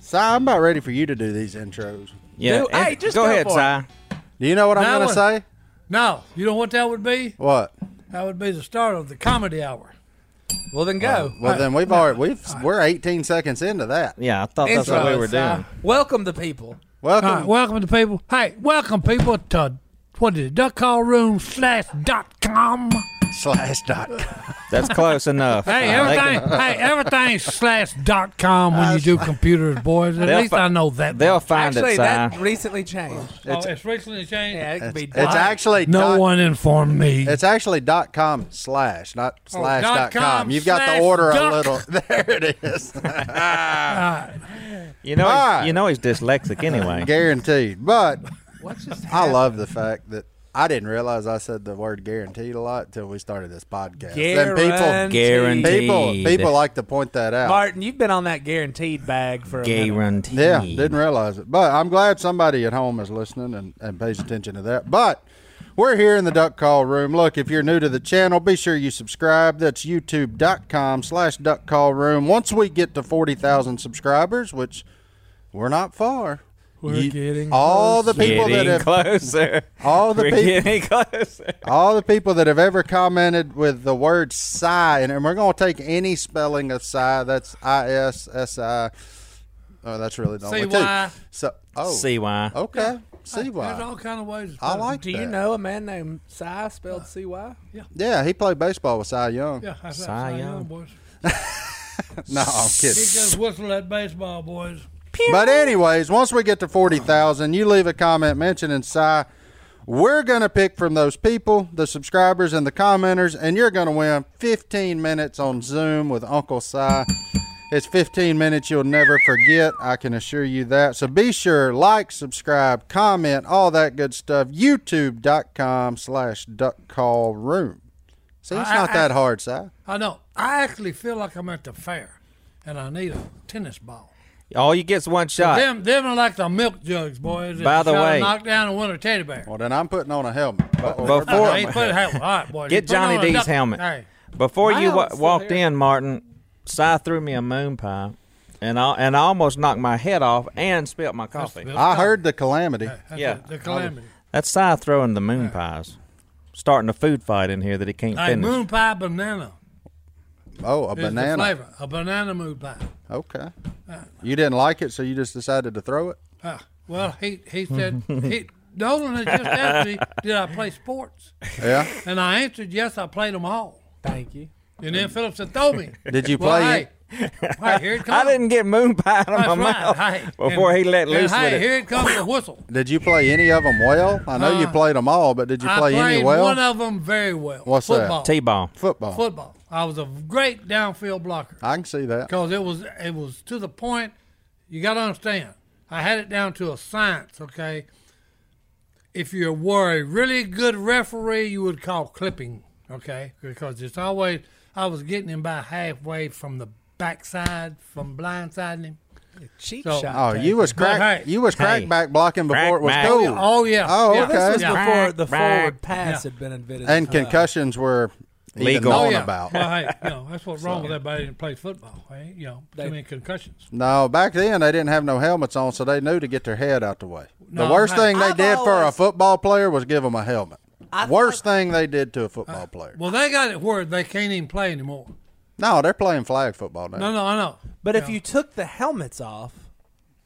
Si, I'm about ready for you to do these intros. Yeah. Dude, and- hey, just go, go ahead, for it. Si. Do you know what No, I'm going to I- say? No, you know what that would be? What? That would be the start of the comedy hour. Well, then go. Well, then we've already we've we're 18 seconds into that. Yeah, I thought that's Intro, what we were Si. doing. Welcome the people. Welcome. All right, welcome to people. Hey, welcome people to what is it? Duck Call Room slash dot com. Slash dot. That's close enough. Hey, Uh, they can- everything. hey, everything slash dot com when you do computers, boys. At They'll least fi- I know that. They'll find Actually, it, Si. that recently changed. oh, it's, recently changed. Yeah, it could be It's done. actually no dot, one informed me. It's actually dot com slash, not slash Oh, dot dot com. com You've got slash the order duck. a little. There it is. You know, Alright. he's, you know he's dyslexic anyway. Guaranteed. But What's just I love the fact that I didn't realize I said the word guaranteed a lot until we started this podcast. Then people, Guaranteed. people, people like to point that out. Martin, you've been on that guaranteed bag for a minute. Guaranteed. Yeah, didn't realize it. But I'm glad somebody at home is listening and, and pays attention to that. But we're here in the duck call room. Look, if you're new to the channel, be sure you subscribe. That's youtube.com slash duck call room. Once we get to 40,000 subscribers, which we're not far. We're getting all the people that Getting have closer. all the We're peop- getting closer. all the people that have ever commented with the word "sigh," and, and we're going to take any spelling of "sigh." That's I S S I. Oh, that's really the only CY. two. So, oh, See why? Okay. See There's why. all kind of ways. to I put it. like Do you that. know a man named Cy spelled C Y? Yeah, he played baseball with Cy Young. Yeah, that's Cy how you Young. know, boys. No, I'm He kidding. just whistled at baseball, boys. But anyways, once we get to forty thousand, you leave a comment mentioning Cy. We're gonna pick from those people, the subscribers and the commenters, and you're gonna win fifteen minutes on Zoom with Uncle Cy. It's fifteen minutes you'll never forget. I can assure you that. So be sure like, subscribe, comment, all that good stuff. YouTube.com slash duck call room. See, it's I- not I- that hard, Cy. I know. I actually feel like I'm at the fair, and I need a tennis ball. All you get's one shot. Them, them are like the milk jugs, boys. that By the try to way- knock down and win a teddy bear. Well, then I'm putting on a helmet. Uh-oh. Before- Hey, put it out. All right, boys. Get Put it on Johnny a D's duck- helmet. Hey, Before you Wow, wa- it's still walked here. in, Martin, Si threw me a moon pie, and I and I almost knocked my head off and spilt my coffee. Bill. I heard the calamity. that's Yeah. the- the calamity. That's Si throwing the moon pies, starting a food fight in here that he can't Hey, finish. moon pie banana. Oh, a Is banana. The flavor. A banana moon pie. Okay. You didn't like it, so you just decided to throw it? Ah, well, he he said he. Nolan had just asked me, "Did I play sports?" Yeah. And I answered, "Yes, I played them all." Thank you. And then Phillips said, "Throw me." Did you Well, play hey, it? hey, here it comes. I didn't get moon pie out of Oh. That's my right. mouth Hey, before and- he let and loose hey, with it. here it comes the whistle. Did you play any of them well? I know you Uh, played them all, but did you I play any played well? one of them very well. What's that? football. T-ball. Football. Football. I was a great downfield blocker I can see that. because it was it was to the point. You got to understand. I had it down to a science. Okay. If you were a really good referee, you would call clipping. Okay, because it's always I was getting him by halfway from the backside, from blindsiding him. Cheap So- shot. Oh, you was But crack. hey, you was crack hey, back blocking before it was crack back. cool. Oh yeah. Oh, Yeah. okay. This was Yeah. before the Back, forward back. pass had been invented. and Uh, concussions were legal Legal. known Oh, about. Well, hey, you know, that's what's wrong with everybody that plays football. Hey, you know, too many concussions. No, back then they didn't have no helmets on, so they knew to get their head out the way. the No, worst hey, thing they I've did for a always- football player was give them a helmet. I worst thought- thing they did to a football player. Uh, Well, they got it where they can't even play anymore. no, they're playing flag football now. No, no, I know. But if you took the helmets off,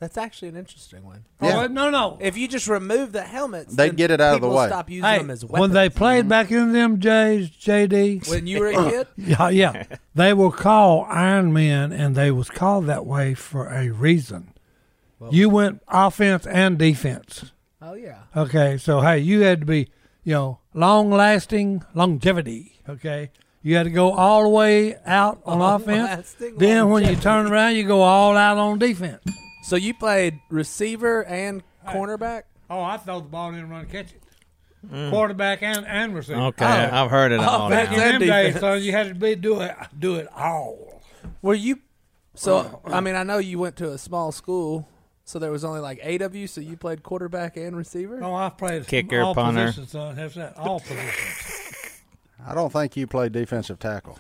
that's actually an interesting one. Yeah. Oh, wait, no, no. If you just remove the helmets, They'd then get it out of the people way. Stop using Hey, them as weapons. when they played back in them days, JD, when you were a kid, yeah, yeah, they were called Iron Men, and they was called that way for a reason. You went offense and defense. oh yeah, Okay, so hey, you had to be you know, long lasting longevity. Okay. You got to go all the way out on offense. Long-lasting Then when you turn around, you go all out on defense. So you played receiver and cornerback. Oh, I throw the ball in and run and catch it. Quarterback and, and receiver. Okay, Oh. I've heard it all. back now. then. In them defense. days, son, you had to be do it do it all. Were you? So Uh, I mean, I know you went to a small school, so there was only like eight of you. So you played quarterback and receiver. No, I played Kicker, all punter. positions, son. That's that. All positions. I don't think you play defensive tackle.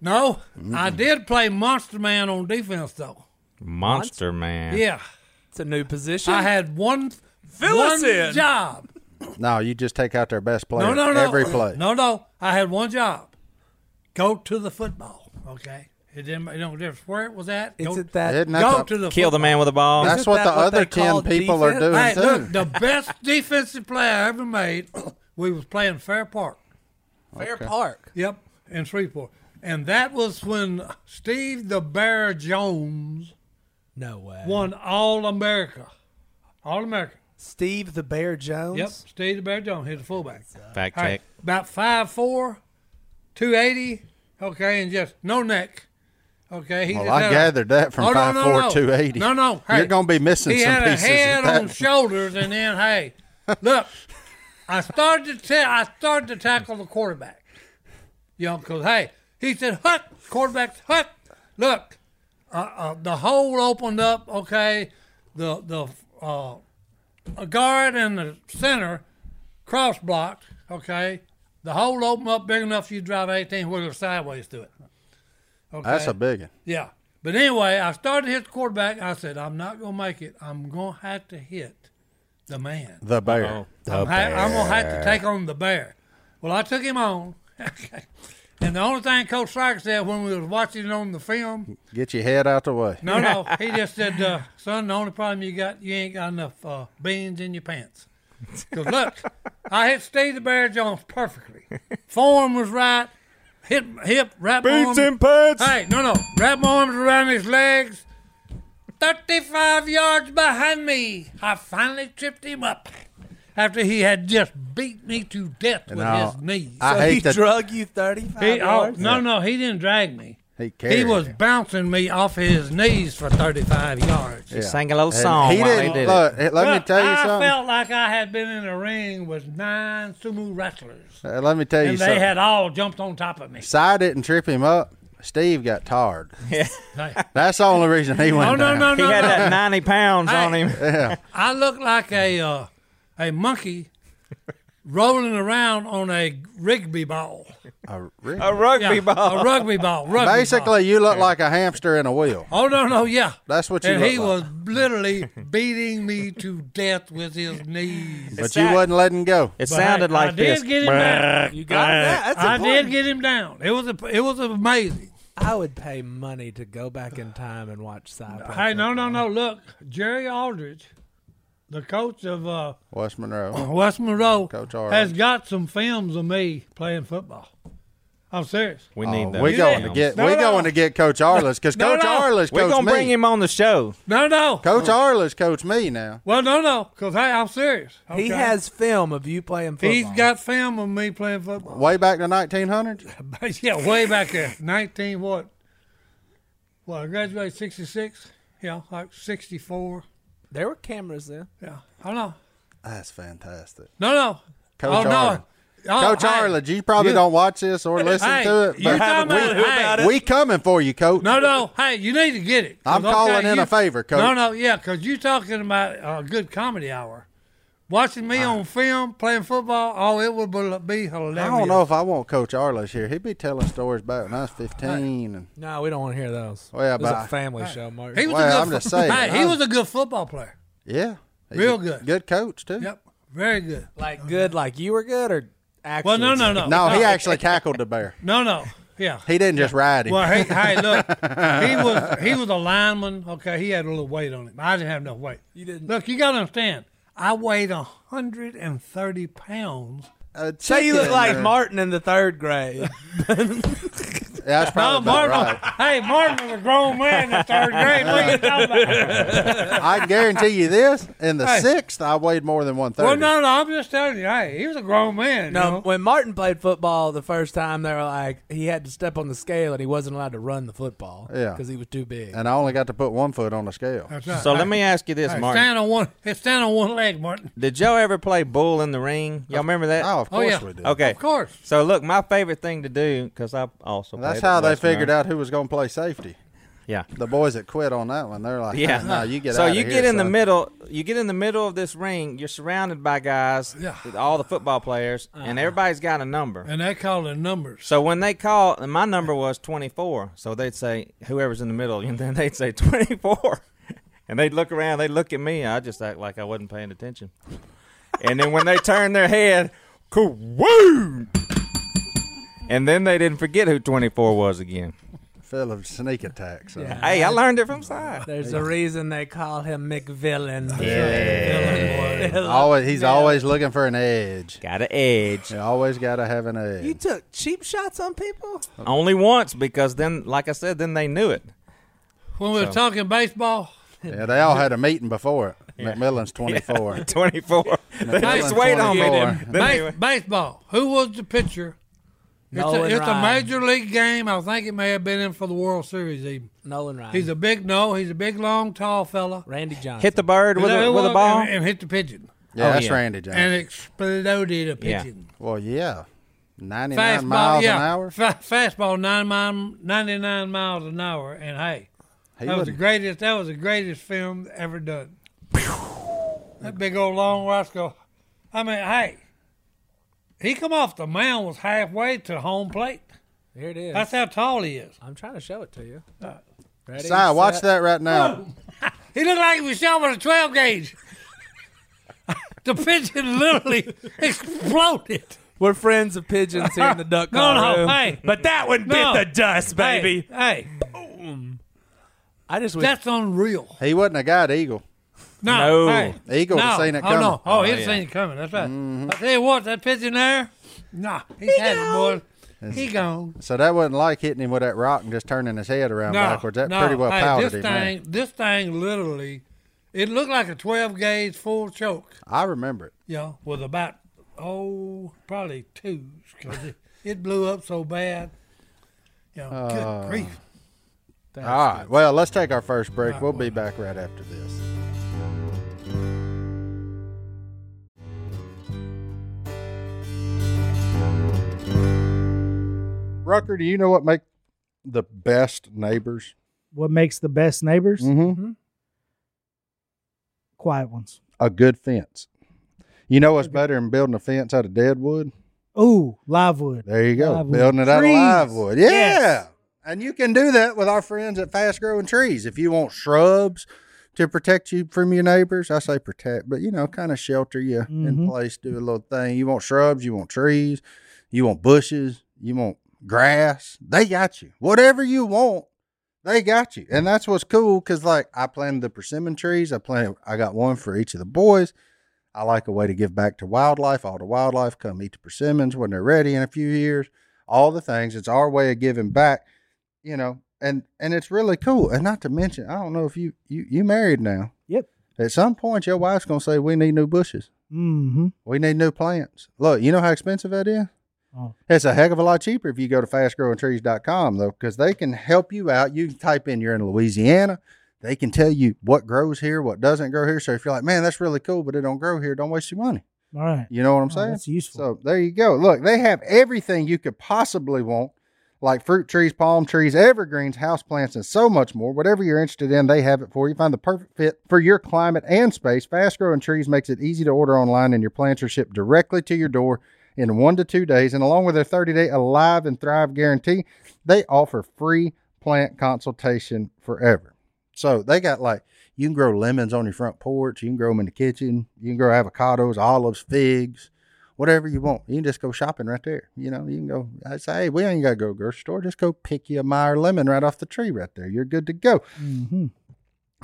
No, I did play monster man on defense though. Monster Man. Yeah, It's a new position. I had one Fill us one in. job. No, you just take out their best player No, no, no. every play. No, no. I had one job. Go to the football. Okay. It didn't. It don't difference where it was at. It's go, at that. Isn't that go the- to the Kill the man with a ball. That's Isn't what that the what other they ten call people are doing defense? Hey, too. look, the best defensive play I ever made. We was playing Fair Park. Fair Park. Yep, in Shreveport, and that was when Steve the Bear Jones No way. won All America. All America. Steve the Bear Jones. Yep, Steve the Bear Jones. He's a fullback. Fact All check. right, about 5'4", 280, okay, and just no neck. Okay, he Well, just I had a- gathered that from Oh, no, no, 5'4", no. 280. No, no, hey, You're gonna be missing He some had pieces a of head that. on shoulders, and then hey, look, I started to ta- I started to tackle the quarterback, you know, because hey, he said hut quarterback's hut. Look, uh, uh, the hole opened up. Okay, the the uh, a guard and the center cross blocked. Okay, the hole opened up big enough you drive eighteen wheeler sideways through it. Okay, That's a big one. yeah. But anyway, I started to hit the quarterback. I said, I'm not going to make it. I'm going to have to hit the man. The bear. I'm, ha- I'm going to have to take on the bear. Well, I took him on. Okay. And the only thing Coach Stryker said when we was watching it on the film, Get your head out the way. no, no, he just said, uh, son, the only problem you got, you ain't got enough uh, beans in your pants. Because look, I hit Steve the Bear Jones perfectly. Form was right. Hip, hip, right Beats arm- and pants. Um, Hey, no, no. Wrap my arms around his legs. 35 yards behind me, I finally tripped him up after he had just beat me to death with Now, his knees. I So hate he that- drug you thirty-five he, oh, yards. no, no, he didn't drag me. He carried He was you. bouncing me off his knees for 35 yards. Yeah. sang a little And song He while he didn't. did it. look, eh, let me Look, tell you I something. felt like I had been in a ring with nine sumo wrestlers, Uh, let me tell you and they something. had all jumped on top of me. Si didn't trip him up. Steve got tired. Hey. That's the only reason he went Oh, no, down. no, no, He had no. that 90 pounds on Hey. him. I look like a uh, a monkey rolling around on a Rigby ball. A rig- A rugby Yeah, ball. A rugby ball. Rugby Basically, you look like a hamster in a wheel. Ball. Oh no no yeah. That's what you And look he like. was literally beating me to death with his knees. But It's you that- wasn't letting go. It But sounded hey, like I this. did get him down. You got that. That's I important. did get him down. It was a, it was amazing. I would pay money to go back in time and watch Cyber. Hey no no no look Jerry Aldridge, the coach of uh, West Monroe. West Monroe, Coach has Aldridge. got some films of me playing football. I'm serious. We Oh, need that. we You going to didn't. get No, we no. going to get Coach Arliss because No, Coach no. Arliss We're coached gonna me. bring him on the show. No no. Coach Arliss coached me now. Well, no, no, because hey, I'm serious. He okay? has film of you playing football. He's got film of me playing football. Way back to 1900s. yeah, way back there, nineteen what? Well, I graduated sixty six. Yeah, like sixty four. There were cameras then. Yeah, I know. That's fantastic. No, no. Coach oh, Arledge. no. Oh, Coach hey, Arledge, you probably don't watch this or listen hey, to it, you but talking we, about- hey, we coming for you, Coach. No, no. Hey, you need to get it. 'Cause, I'm calling in you- a favor, Coach. No, no. Yeah, because you talking about a good comedy hour. Watching me on film playing football, oh, it would be be hilarious. I don't know if I want Coach Arliss here. He'd be telling stories back when I was 15 and No, we don't want to hear those. Well, Oh, yeah, it was but I- a family show, Mark. He was Well, a good I'm fo- just saying, Hey, he I'm- was a good football player. yeah. He's Real a good. Good coach too. Yep, very good. like good, like you were good, or actually. Well, no, no, no. No, he actually tackled the bear. No, no. Yeah. He didn't just ride him. Well, hey, hey, look, he was he was a lineman. Okay, he had a little weight on him. I didn't have no weight. You didn't. Look, you gotta understand. I weighed hundred and thirty pounds. A Say you look chicken like or- Martin in the third grade. That's No, probably about Martin. right. Hey, Martin was a grown man in third grade. What are you talking about? I can guarantee you this: in the Hey. sixth, I weighed more than one thirty. Well, no, no. I'm just telling you. Hey, he was a grown man. No, you know? when Martin played football the first time, they were like he had to step on the scale and he wasn't allowed to run the football. Yeah. because he was too big. and I only got to put one foot on the scale. That's right. So Hey, let me ask you this, hey, Martin. Stand on one. hey, Stand on one leg, Martin. Did y'all ever play Bull in the Ring? Y'all remember that? Oh, of Oh, course yeah. we did. okay. Of course. So look, my favorite thing to do because I also That's played at how they Western figured Army. out who was going to play safety. Yeah. The boys that quit on that one, they're like, Yeah. no, you get so outta you here, get in the son." middle. You get in the middle of this ring. You're surrounded by guys, Yeah. all the football players, and everybody's got a number. And they call it numbers. So when they call, and my number was 24. So they'd say whoever's in the middle, and then they'd say 24, and they'd look around. They'd look at me. I just act like I wasn't paying attention. and then when they turned their head, woo! And then they didn't forget who 24 was again. Full of sneak attacks. huh? Yeah. Hey, I learned it from side. There's a reason they call him McVillain. Yeah. Always, he's always looking for an edge. Got an edge. You always got to have an edge. You took cheap shots on people. Only once because then, like I said, then they knew it. When we were talking baseball, yeah, they all had a meeting before it. McMillan's 24. Oh, 24. They Hey, just wait on me. 24. Then base, they- baseball. Who was the pitcher? It's, a, Nolan it's a Ryan. major league game. I think it may have been in for the World Series. Even Nolan Ryan. he's a big no. He's a big, long, tall fella. Randy Johnson. hit the bird with You know a, who with a was? ball. and, and hit the pigeon Yeah, Oh, that's yeah. Randy Johnson. and exploded a Yeah. pigeon. well, yeah. 99 Fastball, miles yeah, an hour. fa- fastball, nine mile, ninety-nine miles an hour, and hey, He that was the wouldn't- greatest. That was the greatest film ever done. that big old long Roscoe. I mean, hey, he come off the mound was halfway to home plate. Here it is. That's Uh, how tall he is. I'm trying to show it to you. Ready, Si, watch set. that right now. He looked like he was shot with a twelve gauge. the pigeon literally exploded. We're friends of pigeons here in the duck No, call no, room. hey. but that one No. bit the dust, Hey, baby. hey, I just wish that's unreal. He wasn't a guy eagle. No. No. Hey. Eagle no. seen it oh, coming. Mm-hmm. No. Oh, he'd yeah. seen it coming. That's right. I tell you what, that pigeon there, nah, he's he had it, boy. He gone. So that wasn't like hitting him with that rock and just turning his head around No, backwards. That no. pretty well hey, powdered this him. man. thing, This thing literally, it looked like a 12 gauge full choke, I remember it. you know, with about, oh, probably twos, because it, it blew up so bad. You know, Uh. good grief. All right. Well, let's take our first break. We'll be back right after this. Rucker, do you know what make the best neighbors? What makes the best neighbors? Mm-hmm. Quiet ones. A good fence. You know what's better than building a fence out of dead wood? Ooh, live wood. There you go. Live wood. Building it out Trees. of live wood. Yeah. Yes. And you can do that with our friends at Fast Growing Trees. If you want shrubs to protect you from your neighbors, I say protect, but you know, kind of shelter you in Mhm. place, do a little thing. You want shrubs, you want trees, you want bushes, you want grass. They got you. Whatever you want, they got you. And that's what's cool because, like, I planted the persimmon trees. I planted, I got one for each of the boys. I like a way to give back to wildlife. All the wildlife come eat the persimmons when they're ready in a few years. All the things. It's our way of giving back, you know. And and it's really cool. And not to mention, I don't know if you you you married now. Yep. At some point, your wife's gonna say, "We need new bushes. Mm-hmm. We need new plants." Look, you know how expensive that is. Oh. It's a heck of a lot cheaper if you go to fastgrowingtrees.com though, because they can help you out. You can type in you're in Louisiana. They can tell you what grows here, what doesn't grow here. So if you're like, man, that's really cool, but it don't grow here, don't waste your money. All right. You know what I'm Oh, saying? that's useful. So there you go. Look, they have everything you could possibly want, like fruit trees, palm trees, evergreens, houseplants, and so much more. Whatever you're interested in, they have it for you. Find the perfect fit for your climate and space. Fast growing trees makes it easy to order online, and your plants are shipped directly to your door in one to two days. And along with their 30 day Alive and Thrive guarantee, they offer free plant consultation forever. So they got like you can grow lemons on your front porch, you can grow them in the kitchen, you can grow avocados, olives, figs, whatever you want. You can just go shopping right there. You know, you can go. I say, hey, we ain't gotta go to the grocery store. Just go pick you a Meyer lemon right off the tree right there. You're good to go. Mm-hmm.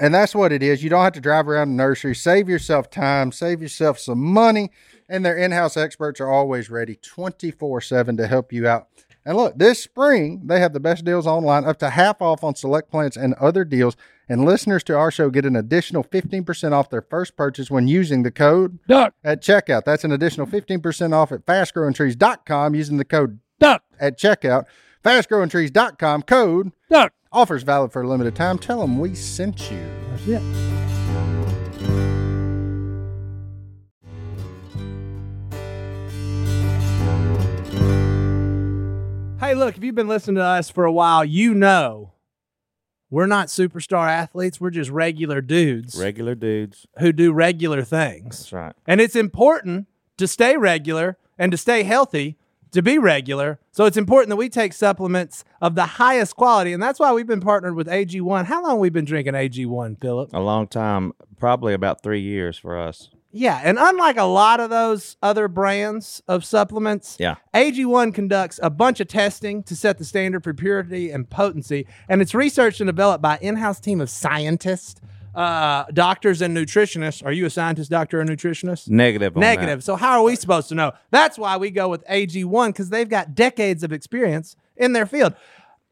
And that's what it is. You don't have to drive around the nursery. Save yourself time, save yourself some money. And their in house experts are always ready 24 7 to help you out. And look, this spring, they have the best deals online, up to half off on select plans and other deals. And listeners to our show get an additional 15% off their first purchase when using the code Duck, at checkout. That's an additional 15% off at fastgrowingtrees.com using the code duck, at checkout. Fastgrowingtrees.com code duck. offers valid for a limited time. Tell them we sent you. That's it. Hey, look, if you've been listening to us for a while, you know we're not superstar athletes. We're just regular dudes Regular dudes. who do regular things. That's right. And it's important to stay regular and to stay healthy to be regular. So it's important that we take supplements of the highest quality. And that's why we've been partnered with AG1. How long have we been drinking AG1, Philip? A long time, probably about three years for us. Yeah, and unlike a lot of those other brands of supplements, Yeah. AG1 conducts a bunch of testing to set the standard for purity and potency, and it's researched and developed by an in-house team of scientists, uh, doctors, and nutritionists. Are you a scientist, doctor, or nutritionist? Negative. On that. Negative. So how are we supposed to know? That's why we go with AG1 because they've got decades of experience in their field.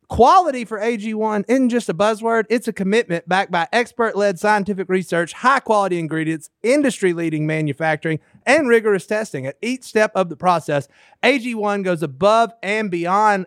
Quality for AG1 isn't just a buzzword, it's a commitment backed by expert led scientific research, high quality ingredients, industry leading manufacturing, and rigorous testing at each step of the process. AG1 goes above and beyond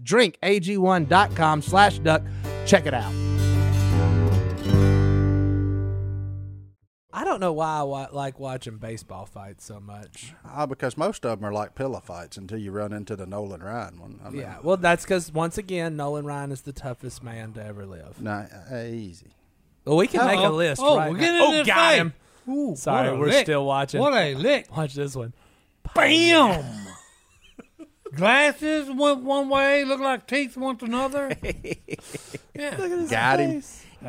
drinkag1.com slash duck. Check it out. I don't know why I wa- like watching baseball fights so much. Ah, because most of them are like pillow fights until you run into the Nolan Ryan one. I mean, Yeah, well, that's because once again, Nolan Ryan is the toughest man to ever live. nah, uh, easy. Well, we can make a Uh-oh. list. Oh, right we're getting now. in oh, this got fight. him. Ooh, Sorry, what a we're lick. still watching. What a lick. Watch this one. Bam! Glasses went one way, looked like teeth went another. yeah. Got him.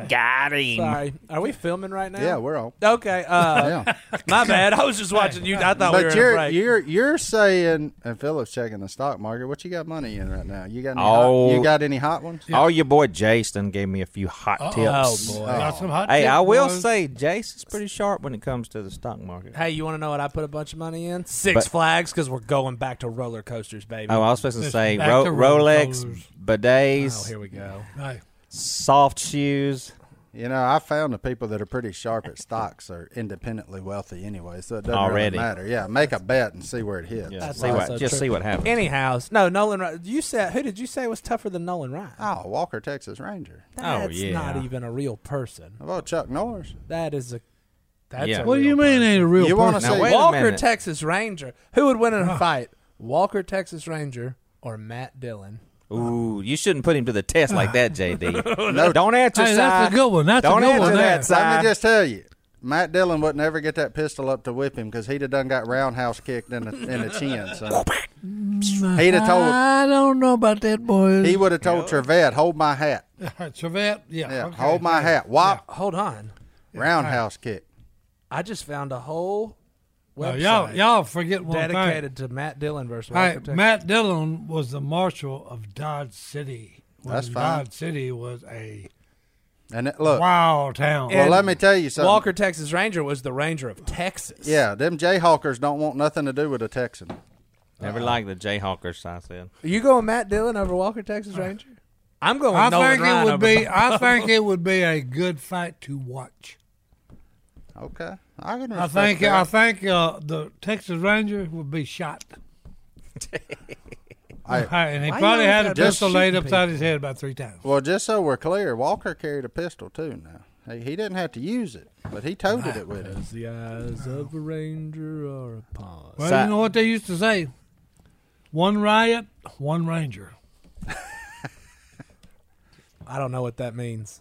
Got him. Sorry, are we filming right now? Yeah, we're on. Okay. Uh, Yeah. my bad. I was just watching you. I thought we were But in a you're break. you're you're saying, and Philip's checking the stock market. What you got money in right now? You got any hot, Oh. you got any hot ones? Oh, your boy Jason gave me a few hot tips. Oh boy. Got some hot Hey, tips, I will boys. say Jason's pretty sharp when it comes to the stock market. Hey, you want to know what I put a bunch of money in? Six But- Flags, because we're going back to roller coasters, baby. Oh, I was supposed to Just say back Ro- to roller Rolex, coasters. Oh, bidets, here we go. Hey, soft shoes. You know, I found the people that are pretty sharp at stocks are independently wealthy anyway, so it doesn't Already. really matter. Yeah, make a bet and see where it hits. Yeah, That's see also what, just true. see what happens. Anyhow, no, Nolan. Ry- You said who did you say was tougher than Nolan Ryan? Oh, Walker, Texas Ranger. That's yeah. not even a real person. How about Chuck Norris? That is a. That's Yeah. a what do you real mean ain't a real You wanna person? Now, say- wait a Walker minute. Texas Ranger. Who would win in a fight? Walker Texas Ranger or Matt Dillon? Ooh, you shouldn't put him to the test like that, JD. Don't answer, Hey, that's Si. a good one. That's Don't a good answer one. that, there. Let Si. me just tell you, Matt Dillon wouldn't ever get that pistol up to whip him because he'd have done got roundhouse kicked in the, in the chin. So he'd have told I don't know about that, boys. he would have told Trevette, hold my hat, All right, Chevette, yeah. yeah, okay. hold my hat, wop. Hold on. Roundhouse kick. I just found a whole Now, website Uh, y'all, y'all forget one dedicated to Matt Dillon versus thing. All right, Architect. Matt Dillon was the marshal of Dodge City. When That's fine. Dodge City was a And it, look, wild town. well, And let me tell you something. Walker, Texas Ranger was the Ranger of Texas. Yeah, them Jayhawkers don't want nothing to do with a Texan. Never liked the Jayhawkers, I said. Are you going Matt Dillon over Walker, Texas Ranger? I'm going. I Nolan think Ryan it over would be. Bob. I think it would be a good fight to watch. Okay, I can. I Respect think. that. I think uh, the Texas Ranger would be shot. Hey. Right, and he Why probably you had a always gotta be pistol laid shooting upside his head about three times. Well, just so we're clear, Walker carried a pistol too. Now he, he didn't have to use it, but he toted it with him. the eyes of a ranger are upon. Well, So- you know what they used to say: one riot, one ranger. I don't know what that means.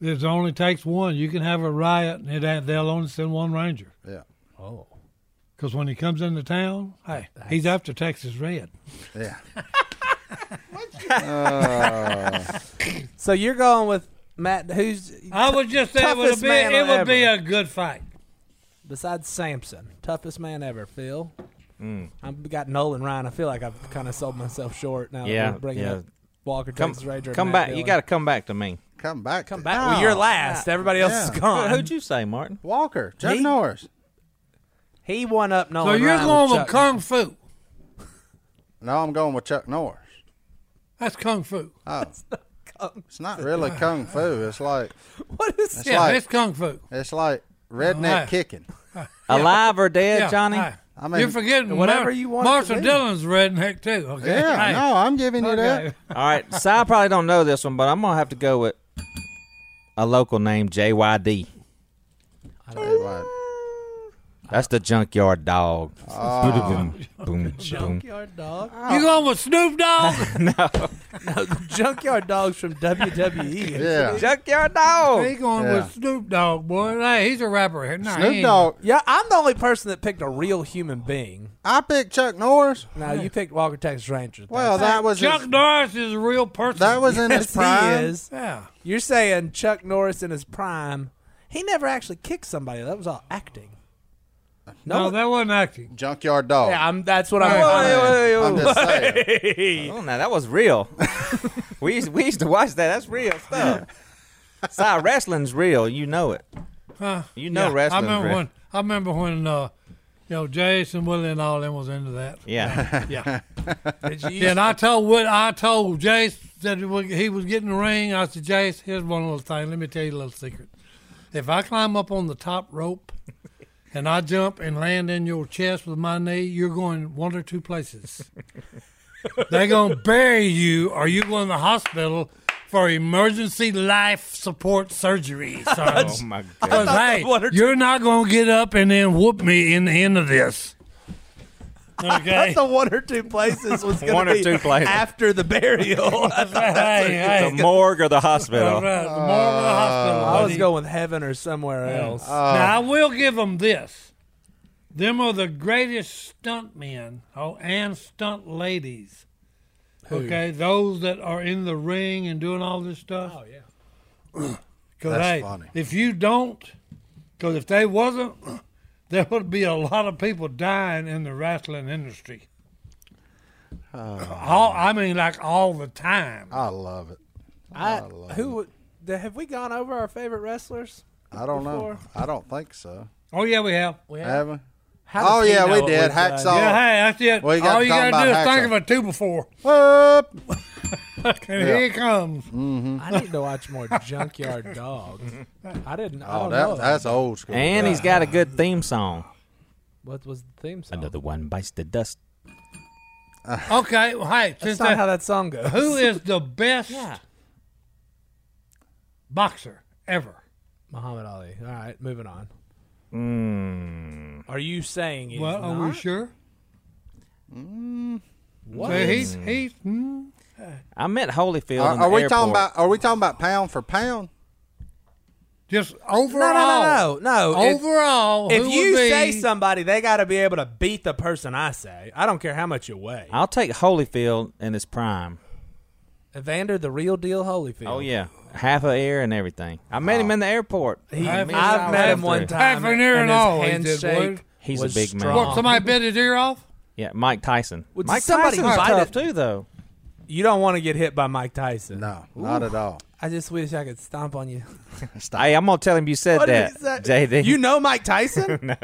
It only takes one. You can have a riot, and it ain't, they'll only send one ranger. Yeah, Oh, Because when he comes into town, hey, he's after Texas Red. yeah. so you're going with Matt? Who's I would just say it would Toughest be man it would be ever. a good fight. besides Samson, toughest man ever? Phil. Mm. I've got Nolan Ryan. I feel like I've kind of sold myself short now. Yeah, that we're bringing yeah. up Walker, Come, Texas Ranger. and come back. Matt You Dillon. got to come back to me. Come back. come to- back. Well, you're last. Everybody else is Yeah. gone. Who, would you say, Martin? Walker, Chuck Me? Norris. He won up So Nolan. you're Ryan going with Chuck- kung fu. No, I'm going with Chuck Norris. That's kung fu. Oh, it's not really kung fu. It's like What is it's yeah, like that's kung fu. it's like redneck Alright. kicking. Alive or dead, Yeah, Johnny? hey. I mean- you're forgetting Whatever Mar- you want it Marshall to be. Dillon's redneck too. Okay. Yeah, Hey, no, I'm giving you okay. that. All right. So I probably don't know this one, but I'm going to have to go with a local name, JYD. Tell you what. That's the junkyard dog. Ah. boom, boom, boom. Junkyard dog. You going with Snoop Dogg? Junkyard dogs from WWE. Yeah. Junkyard dog. He going Yeah. with Snoop Dogg, boy. Hey, he's a rapper. here. Nah, he Snoop ain't. Dogg. Yeah, I'm the only person that picked a real human being. I picked Chuck Norris. Now you picked Walker Texas Ranger. Well, that was Chuck his, Norris is a real person. that was in his yes, prime. he is. yeah. You're saying Chuck Norris in his prime? He never actually kicked somebody. That was all acting. No, No, that wasn't acting. Junkyard dog. yeah, I'm, that's what Wait, I'm. wait, wait, I'm just saying. Oh, now that was real. we used, we used to watch that. That's real stuff. Si, wrestling's real. You know it. Huh? You know Yeah, wrestling. I remember Rick. when I remember when uh, you know Jason Willie and all them was into that. Yeah. Yeah. Did you yeah and I told Will, I told Jace that he was getting the ring. I said, Jace, here's one little thing. Let me tell you a little secret. If I climb up on the top rope and I jump and land in your chest with my knee, you're going one or two places. They're gonna bury you, or you go in the hospital for emergency life support surgery. son. Oh my Because, god. hey, one or two- you're not gonna get up and then whoop me in the end of this. Okay. That's the one or two places was going One to or be two places. after the burial. I thought that's Hey, what- The hey. morgue or the hospital. All right, Uh, the moral of the hospital. I was buddy. going with heaven or somewhere else. now I will give them this. Them are the greatest stunt men, oh, and stunt ladies. Okay, those that are in the ring and doing all this stuff. Oh yeah. Because That's hey, funny. if you don't, because if they wasn't, there would be a lot of people dying in the wrestling industry. Uh. all, I mean, like all the time. I love it. I, who would- the- have we gone over our favorite wrestlers? I don't know. Before. I don't think so. oh yeah, we have. We Have we? How Uh, Oh, does he yeah, know we it did. was, uh, Hacksaw. Yeah, hey, that's it. Well, you gotta all you talk gotta about do is think Hacksaw. of a two before. Up. And here it comes. Mm-hmm. I need to watch more Junkyard Dogs. I didn't. I Oh, don't that, know. that's old school. And he's got a good theme song. what was the theme song? Another one bites the dust. Okay, well, hey, since That's not that- how that song goes. who is the best boxer ever? Muhammad Ali? All right, moving on. Are you saying he's well, uh, are not? we sure? Mm. What? So he's he's hmm, I meant Holyfield. Are, in the are we talking airport. about? Are we talking about pound for pound? just no, no, overall. no, no, no. If- Overall, if who you would be, say somebody, they got to be able to beat the person I say. I don't care how much you weigh. I'll take Holyfield in his prime. Evander, the real deal, Holyfield. Oh yeah, half a ear and everything. I met him in the airport. He, Half I've, an hour met him after. one time. Half an ear and his all he did, boy. handshake. He's a was big man. strong. What, somebody bit his ear off? Yeah, Mike Tyson. Would Mike somebody Tyson's bite tough it? too, though. You don't want to get hit by Mike Tyson. No, not at all. I just wish I could stomp on you. Hey, I'm gonna tell him you said What that, is that? JD. You know Mike Tyson?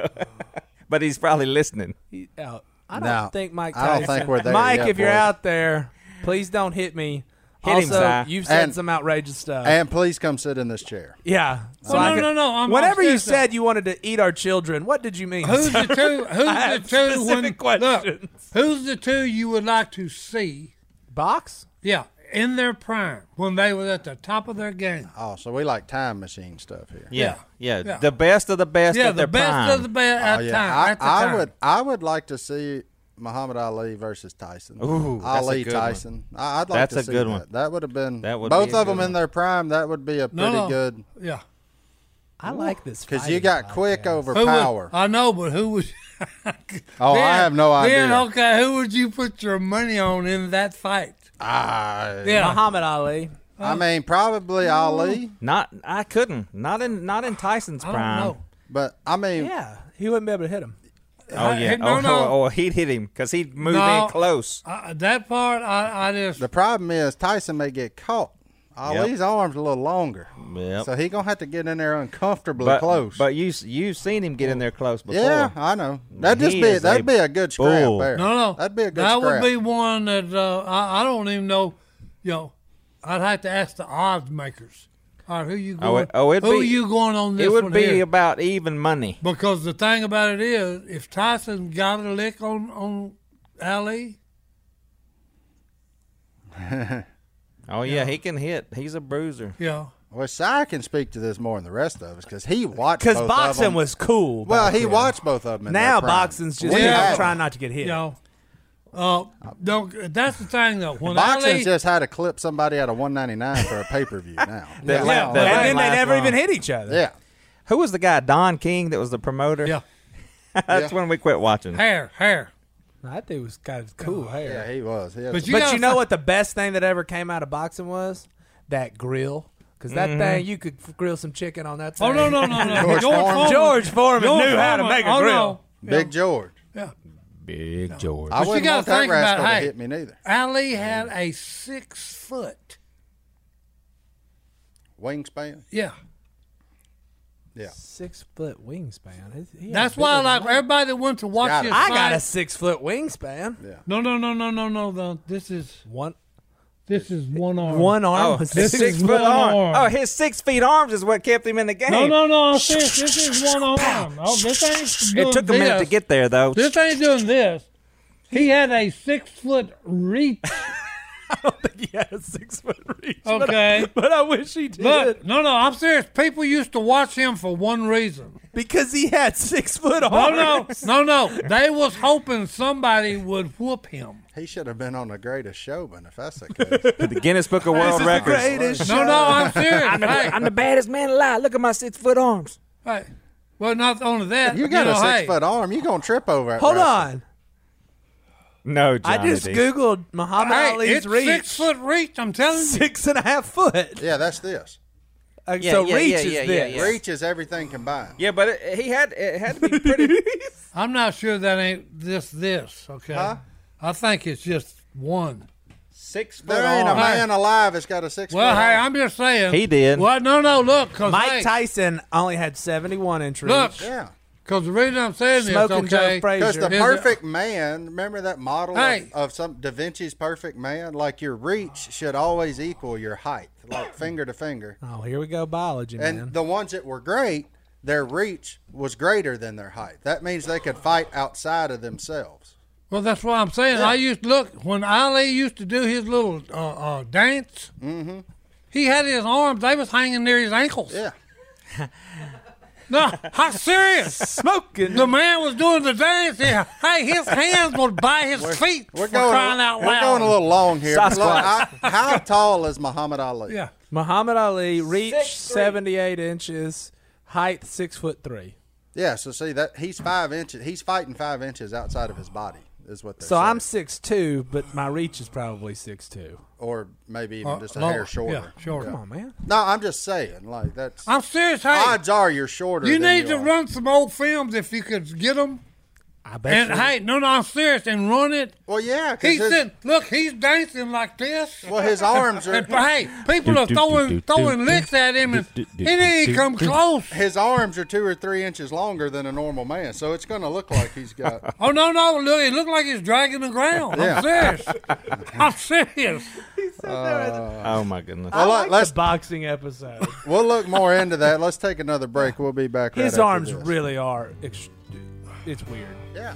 but he's probably listening. He- oh, I don't No. think Mike I Tyson. don't think we're there Mike, yet, if you're boys. out there, please don't hit me. Hit him, also, Si. you've said And- some outrageous stuff. And please come sit in this chair. yeah. So Well, I no, no, no, I'm- whenever I'm you serious now. said you wanted to eat our children, what did you mean? Who's the two? have Who's the two? When, specific look, questions. who's the two you would like to see? Box? Yeah, in their prime when they were at the top of their game. Oh, so we like time machine stuff here. Yeah, yeah, Yeah. the best of the best. Yeah, of the their best prime. of the best at, Oh, yeah. time, I, at the I time. would I would like to see Muhammad Ali versus Tyson. Ooh, that's a Ali good one. Tyson. I, I'd like That's to a see good that. one. That would have been That would both be a of good them in one. their prime. That would be a pretty No, no. good Yeah. I like this. because fighting you got podcast. quick over Who would- power. I know, but who would? oh, I Then- have no idea. Then okay, who would you put your money on in that fight? Uh, I, Yeah, Muhammad Ali. I mean, probably Ali, Not, I couldn't. Not in, not in Tyson's I don't prime. know. but I mean, Yeah. He wouldn't be able to hit him. Oh yeah. no, oh, no. oh, oh, he'd hit him because he'd move No. in close. I, that part, I, I just the problem is Tyson may get caught. Ali's arms a little longer, Yep. so he gonna have to get in there uncomfortably but close. But you, s- you've seen him get in there close before. yeah, I know. That'd just He be is that'd a be a good scrap bull. there. no, no. that'd be a good That scrap. would be one that uh, I, I don't even know. You know, I'd have to ask the odds makers. All right, who you Oh, going? it- oh, it'd who be- you going on this It would one be here? about even money. Because the thing about it is, if Tyson got a lick on on Ali, Oh yeah, he can hit. He's a bruiser. yeah, Well, Sai can speak to this more than the rest of us because he watched. Because both of boxing them. was cool. Well, back he then. watched both of them. in Now their prime. boxing's just We yeah, haven't. trying not to get you hit. know. Uh, don't, that's the thing though. When Boxing's Ali, just had to clip somebody out of 199 for a pay per view now. yeah. la- Yeah, that didn't and then they last never long. even hit each other. yeah. Who was the guy? Don King that was the promoter. yeah, that's Yeah. when we quit watching. hair, hair. I think it was kind of cool hair. Yeah, he was. He had But some- you- Oh, But gotta you know fi- what the best thing that ever came out of boxing was? That grill. Because that thing, you could f- grill some chicken on that thing. Oh no no no no! George Foreman. George Foreman George knew how to Foreman. make a oh, grill. No. Big George. Big George. I you wouldn't gotta want that think about, rascal hey, to hit me neither. Ali had a six foot. Wingspan. Yeah, Yeah. Six foot wingspan. He- he had that's a why big- like everybody that went to watch Got it. his I fight. got a six foot wingspan. Yeah. no no no no no no no. This is One this is one arm. one arm Oh, was his six. six foot one arm. arm. Oh, his six feet arms is what kept him in the game. No no no! I'm serious. This is one arm. Oh, this ain't. Doing It took a minute to this. get there though. This ain't doing this. He had a six foot reach. He had a six foot reach. Okay. But I wish he did. Look, no, no, I'm serious. People used to watch him for one reason. Because he had six foot No, arms. no, no, no. They was hoping somebody would whoop him. He should have been on the greatest showman if that's the case. the Guinness Book of World This is the Records. greatest No, no, I'm serious. I'm the, hey, I'm the baddest man alive. Look at my six foot arms. hey. Well, not only that, you got know, a six hey, foot arm. you going to trip over that Hold rascal. on. No, I Johnny just D. Googled Muhammad Hey, Ali's it's reach. six foot reach. I'm telling you. Six and a half foot. Yeah, that's this. Uh, Yeah, so yeah, reach yeah, is yeah, yeah, this. yeah. Reach is everything combined. Yeah, but it, he had it had to be pretty. I'm not sure that ain't this. This okay? Huh? I think it's just one. six foot There ain't a arm. man alive that's got a six Well, foot hey, arm. I'm just saying. He did. Well, no, no. Look, cause Mike hey, Tyson only had 71 inch reach. Look, Yeah. Because the reason I'm saying Smoking this, okay, Joe Frazier. Because the Is it- perfect man, remember that model Hey. of, of some Da Vinci's perfect man? Like your reach should always equal your height, like finger to finger. Oh, here we go, biology, And man. the ones that were great, their reach was greater than their height. That means they could fight outside of themselves. well, that's what I'm saying. I used to look when Ali used to do his little uh, uh, dance. Mm-hmm. He had his arms; they was hanging near his ankles. Yeah. No, I'm serious. Smoking. The man was doing the dance. Yeah. Hey, his hands would by his feet. We're for going, crying out we're loud. going a little long here. Sasquatch. Look, I- how tall is Muhammad Ali? Yeah. Muhammad Ali reach Six, three. 78 inches, height six foot three. Yeah, so see that he's five inches he's fighting five inches outside of his body. is what they So say. I'm six two, but my reach is probably six two. or maybe even Uh, just a lower. hair shorter. Yeah, shorter. Come on, man. No, I'm just saying, like that's I'm serious. Hey, odds are you're shorter. you than need to are. run some old films if you could get them. I bet. And you- hey, no, no, I'm serious. And run it. Well, yeah, 'cause He's his, sitting. Look, he's dancing like this. well, his arms And, are hey, people are throwing throwing licks at him, and he didn't even come close. his arms are two or three inches longer than a normal man, so it's going to look like he's got. Oh no, no! Look, it looked like he's dragging the ground. Yeah. I'm serious. I'm serious. Oh my goodness. Well, let- let's boxing episode. we'll look more into that. Let's take another break. We'll be back. right His after arms this. really are. Ex- it's weird. Yeah.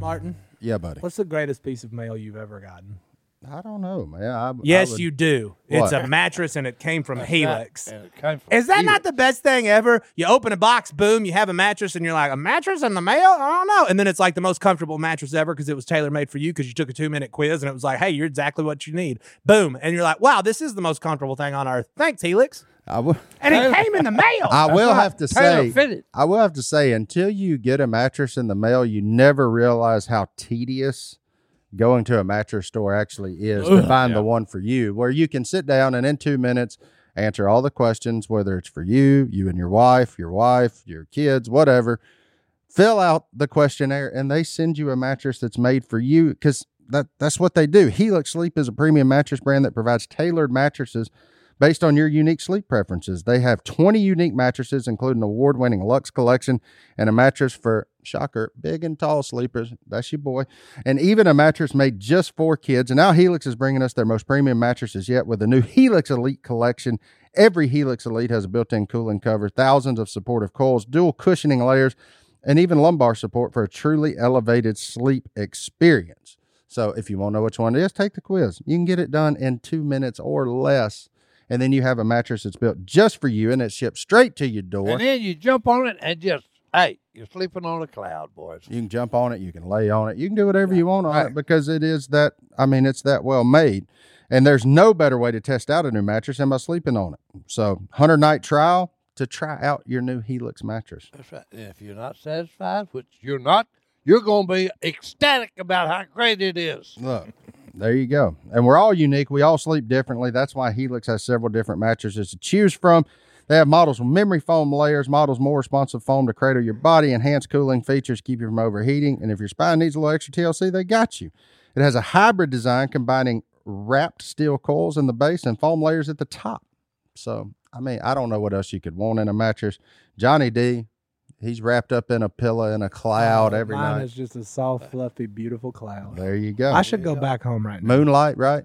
Martin, Yeah, buddy. What's the greatest piece of mail you've ever gotten? I don't know, man. I, I Yes, would- you do. It's What? a mattress and it came from Helix. came from Is that not the best thing ever? You open a box, boom, you have a mattress, and you're like, a mattress in the mail? I don't know. And then it's like the most comfortable mattress ever because it was tailor made for you because you took a two minute quiz and it was like, hey, you're exactly what you need. Boom. And you're like, wow, this is the most comfortable thing on earth. Thanks, Helix. I would. And it came in the mail. I will have to say, Tailor-fitted. I will have to say, until you get a mattress in the mail, you never realize how tedious going to a mattress store actually is to find the one for you, where you can sit down and in two minutes answer all the questions, whether it's for you, you and your wife, your wife, your kids, whatever. Fill out the questionnaire, and they send you a mattress that's made for you because that, that's what they do. Helix Sleep is a premium mattress brand that provides tailored mattresses based on your unique sleep preferences. They have 20 unique mattresses, including award winning Lux Collection and a mattress for, shocker, big and tall sleepers. That's your boy. And even a mattress made just for kids. And now Helix is bringing us their most premium mattresses yet with the new Helix Elite Collection. Every Helix Elite has a built in cooling cover, thousands of supportive coils, dual cushioning layers, and even lumbar support for a truly elevated sleep experience. So if you want to know which one it is, take the quiz. You can get it done in two minutes or less. And then you have a mattress that's built just for you and it's shipped straight to your door. And then you jump on it and just hey, you're sleeping on a cloud, boys. you can jump on it, you can lay on it, you can do whatever you want on it because it is that, I mean, it's that well made. And there's no better way to test out a new mattress than by sleeping on it. So, 100 night trial to try out your new Helix mattress. That's right. And if you're not satisfied, which you're not, you're gonna be ecstatic about how great it is. Look, there you go. And we're all unique. We all sleep differently. That's why Helix has several different mattresses to choose from. They have models with memory foam layers, models more responsive foam to cradle your body, enhanced cooling features, keep you from overheating. And if your spine needs a little extra TLC, they got you. It has a hybrid design combining wrapped steel coils in the base and foam layers at the top. So, I mean, I don't know what else you could want in a mattress. Johnny D, he's wrapped up in a pillow in a cloud every Mine night. is just a soft, fluffy, beautiful cloud. there you go. I should go back home right now. Moonlight, right?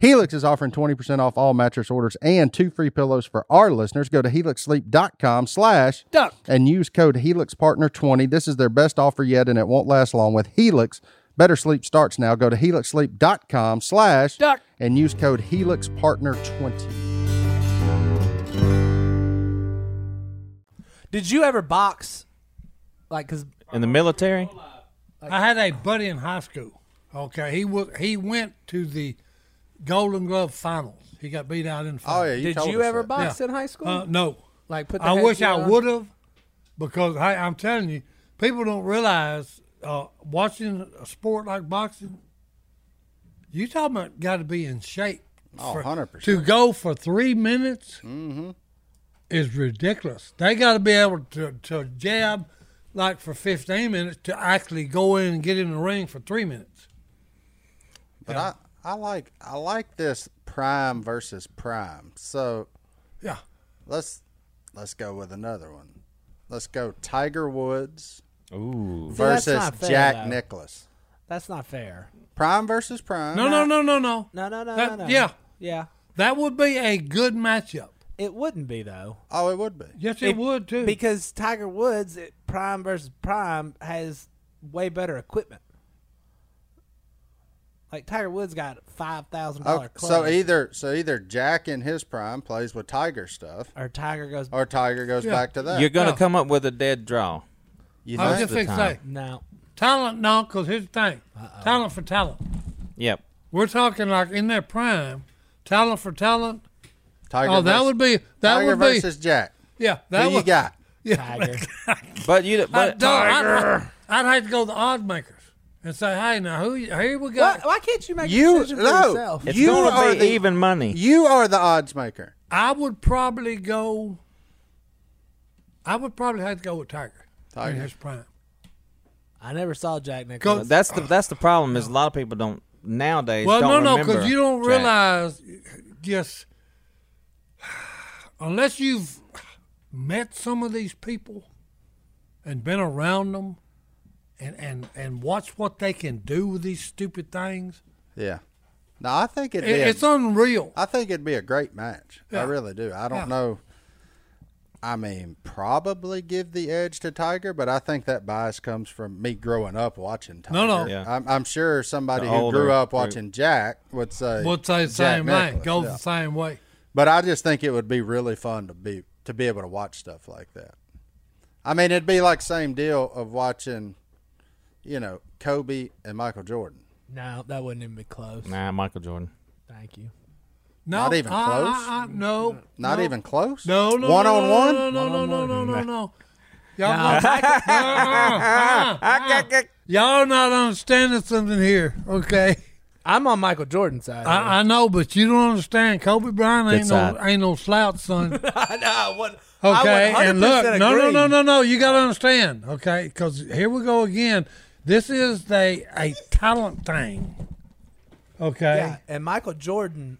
Helix is offering 20% off all mattress orders and two free pillows for our listeners. Go to helixsleep.com slash Duck. and use code HelixPartner20. This is their best offer yet, and it won't last long with Helix. Better sleep starts now. Go to helixsleep.com slash Duck. and use code HelixPartner20. did you ever box? Like, cause In the military? I had a buddy in high school. Okay, he was he went to the Golden Glove finals. He got beat out in the Oh, finals. did you ever box Yeah. in high school? Uh, no, like, put. The I wish I headgear on? would have, because I, I'm telling you, people don't realize uh, watching a sport like boxing. You talking about got to be in shape. Oh, for- 100%. To go for three minutes is ridiculous. They got to be able to, to jab like for 15 minutes to actually go in and get in the ring for three minutes. But I, I like I like this prime versus prime. So Yeah. let's let's go with another one. Let's go Tiger Woods Ooh. that's versus not fair, Jack though. Nicklaus. That's not fair. Prime versus prime. No, no, no, no, no. No, no, no, That- no, no. Yeah. Yeah. That would be a good matchup. It wouldn't be though. Oh, it would be. Yes, it, would too. Because Tiger Woods at prime versus prime has way better equipment. Like Tiger Woods got five thousand dollar Okay, club. Oh, so either so either Jack in his prime plays with Tiger stuff, or Tiger goes Oh. or Tiger goes back to that. You're going to No. come up with a dead draw. You I was think? just fixing to say no. talent, no, because here's the thing: talent for talent. Yep. We're talking like in their prime, talent for talent. Tiger oh, that versus- would be that Tiger would be versus Jack. yeah. That Who you would got? Tiger. But you I but don't, I'd, I'd have to go the odd makers and say, hey, now who here we go. why, why can't you make a You decision for no. yourself? it's You going are to be the even money. You are the odds maker. I would probably go. I would probably have to go with Tiger. Tiger. in his prime. I never saw Jack Nicklaus. that's the that's the problem is a lot of people don't nowadays. Well, don't no, no, remember because you don't Jack. realize, just unless you've met some of these people and been around them, and and and watched what they can do with these stupid things. Yeah. No, I think it'd It, be a- It's unreal. I think it'd be a great match. I Yeah. really do. I don't Yeah. know. I mean, probably give the edge to Tiger, but I think that bias comes from me growing up watching Tiger. No, no. Yeah. I'm, I'm sure somebody The who older grew up group. watching Jack would say Would say the Jack same thing. Nicklaus, Goes yeah. the same way. But I just think it would be really fun to be to be able to watch stuff like that. I mean, it'd be like same deal of watching, you know, Kobe and Michael Jordan. no, that wouldn't even be close. Nah, Michael Jordan. Thank you. No, Not even I- close? I- I- no, Not no. even close. No, no, one no, on no, one. No, no, no, no, no, no, no. Y'all, uh, No, Tiger- y'all not understanding something here, okay? I'm on Michael Jordan's side. I, I know, but you don't understand. Kobe Bryant Good ain't no, side. ain't no slouch, son. I know. I would- I would Okay, and look, 100% no, no, no, agree. no, no. You got to understand, okay? Because here we go again. This is the a talent thing, okay? Yeah, and Michael Jordan.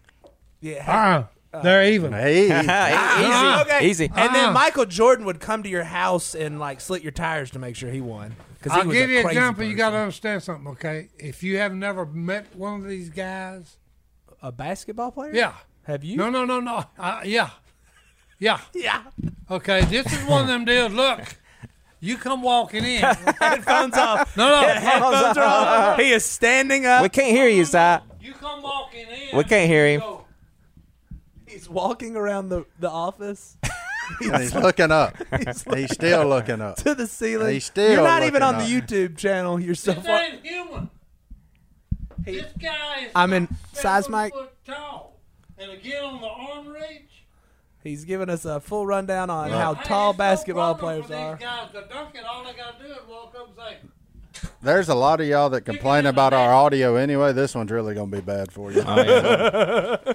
Yeah. Uh, had- Uh-uh, they're even. Hey, Ah, Ah, okay. easy. And then Ah. Michael Jordan would come to your house and like slit your tires to make sure he won. Because I'll give you a crazy jumper. You got to person. understand something, okay? If you have never met one of these guys, a basketball player. yeah. Have you? No, no, no, no. Uh, yeah, yeah. Yeah. Okay, this is one of them deals. Look, you come walking in. Headphones off. No, no. Headphones are off. He is standing up. We can't hear you, Si. You come walking in. We can't hear him. Go, He's walking around the, the office and he's looking up. He's still looking up. to the ceiling. He's still You're not even on looking the up. YouTube channel. You're so This far. ain't human. this guy is. I'm in seven size mic. foot tall, and again on the arm reach. He's giving us a full rundown on how Hey, tall it's no basketball problem players for these are. guys to dunk it. All they gotta do is walk up and say, There's a lot of y'all that complain about our audio anyway. This one's really going to be bad for you. Oh, yeah.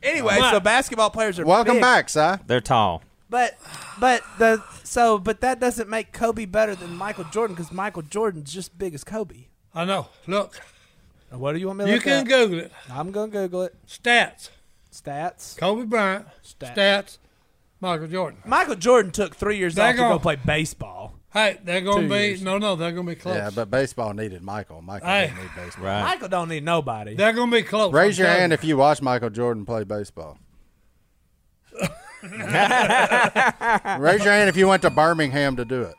Anyway, so basketball players are Welcome big. back, Si. They're tall. But but the so but that doesn't make Kobe better than Michael Jordan because Michael Jordan's just big as Kobe. "I know. Look, What do you want me to you look can up? Google it. I'm gonna Google it. Stats. Stats. Kobe Bryant. Stat. Stats. Michael Jordan. Michael Jordan took three years They're off to go gonna- play baseball. Hey, they're gonna Two be years. no, no. They're gonna be close. Yeah, but baseball needed Michael. Michael Hey. didn't need baseball. Right. Michael don't need nobody. they're gonna be close. Raise I'm your telling hand you. if you watched Michael Jordan play baseball. Raise your hand if you went to Birmingham to do it.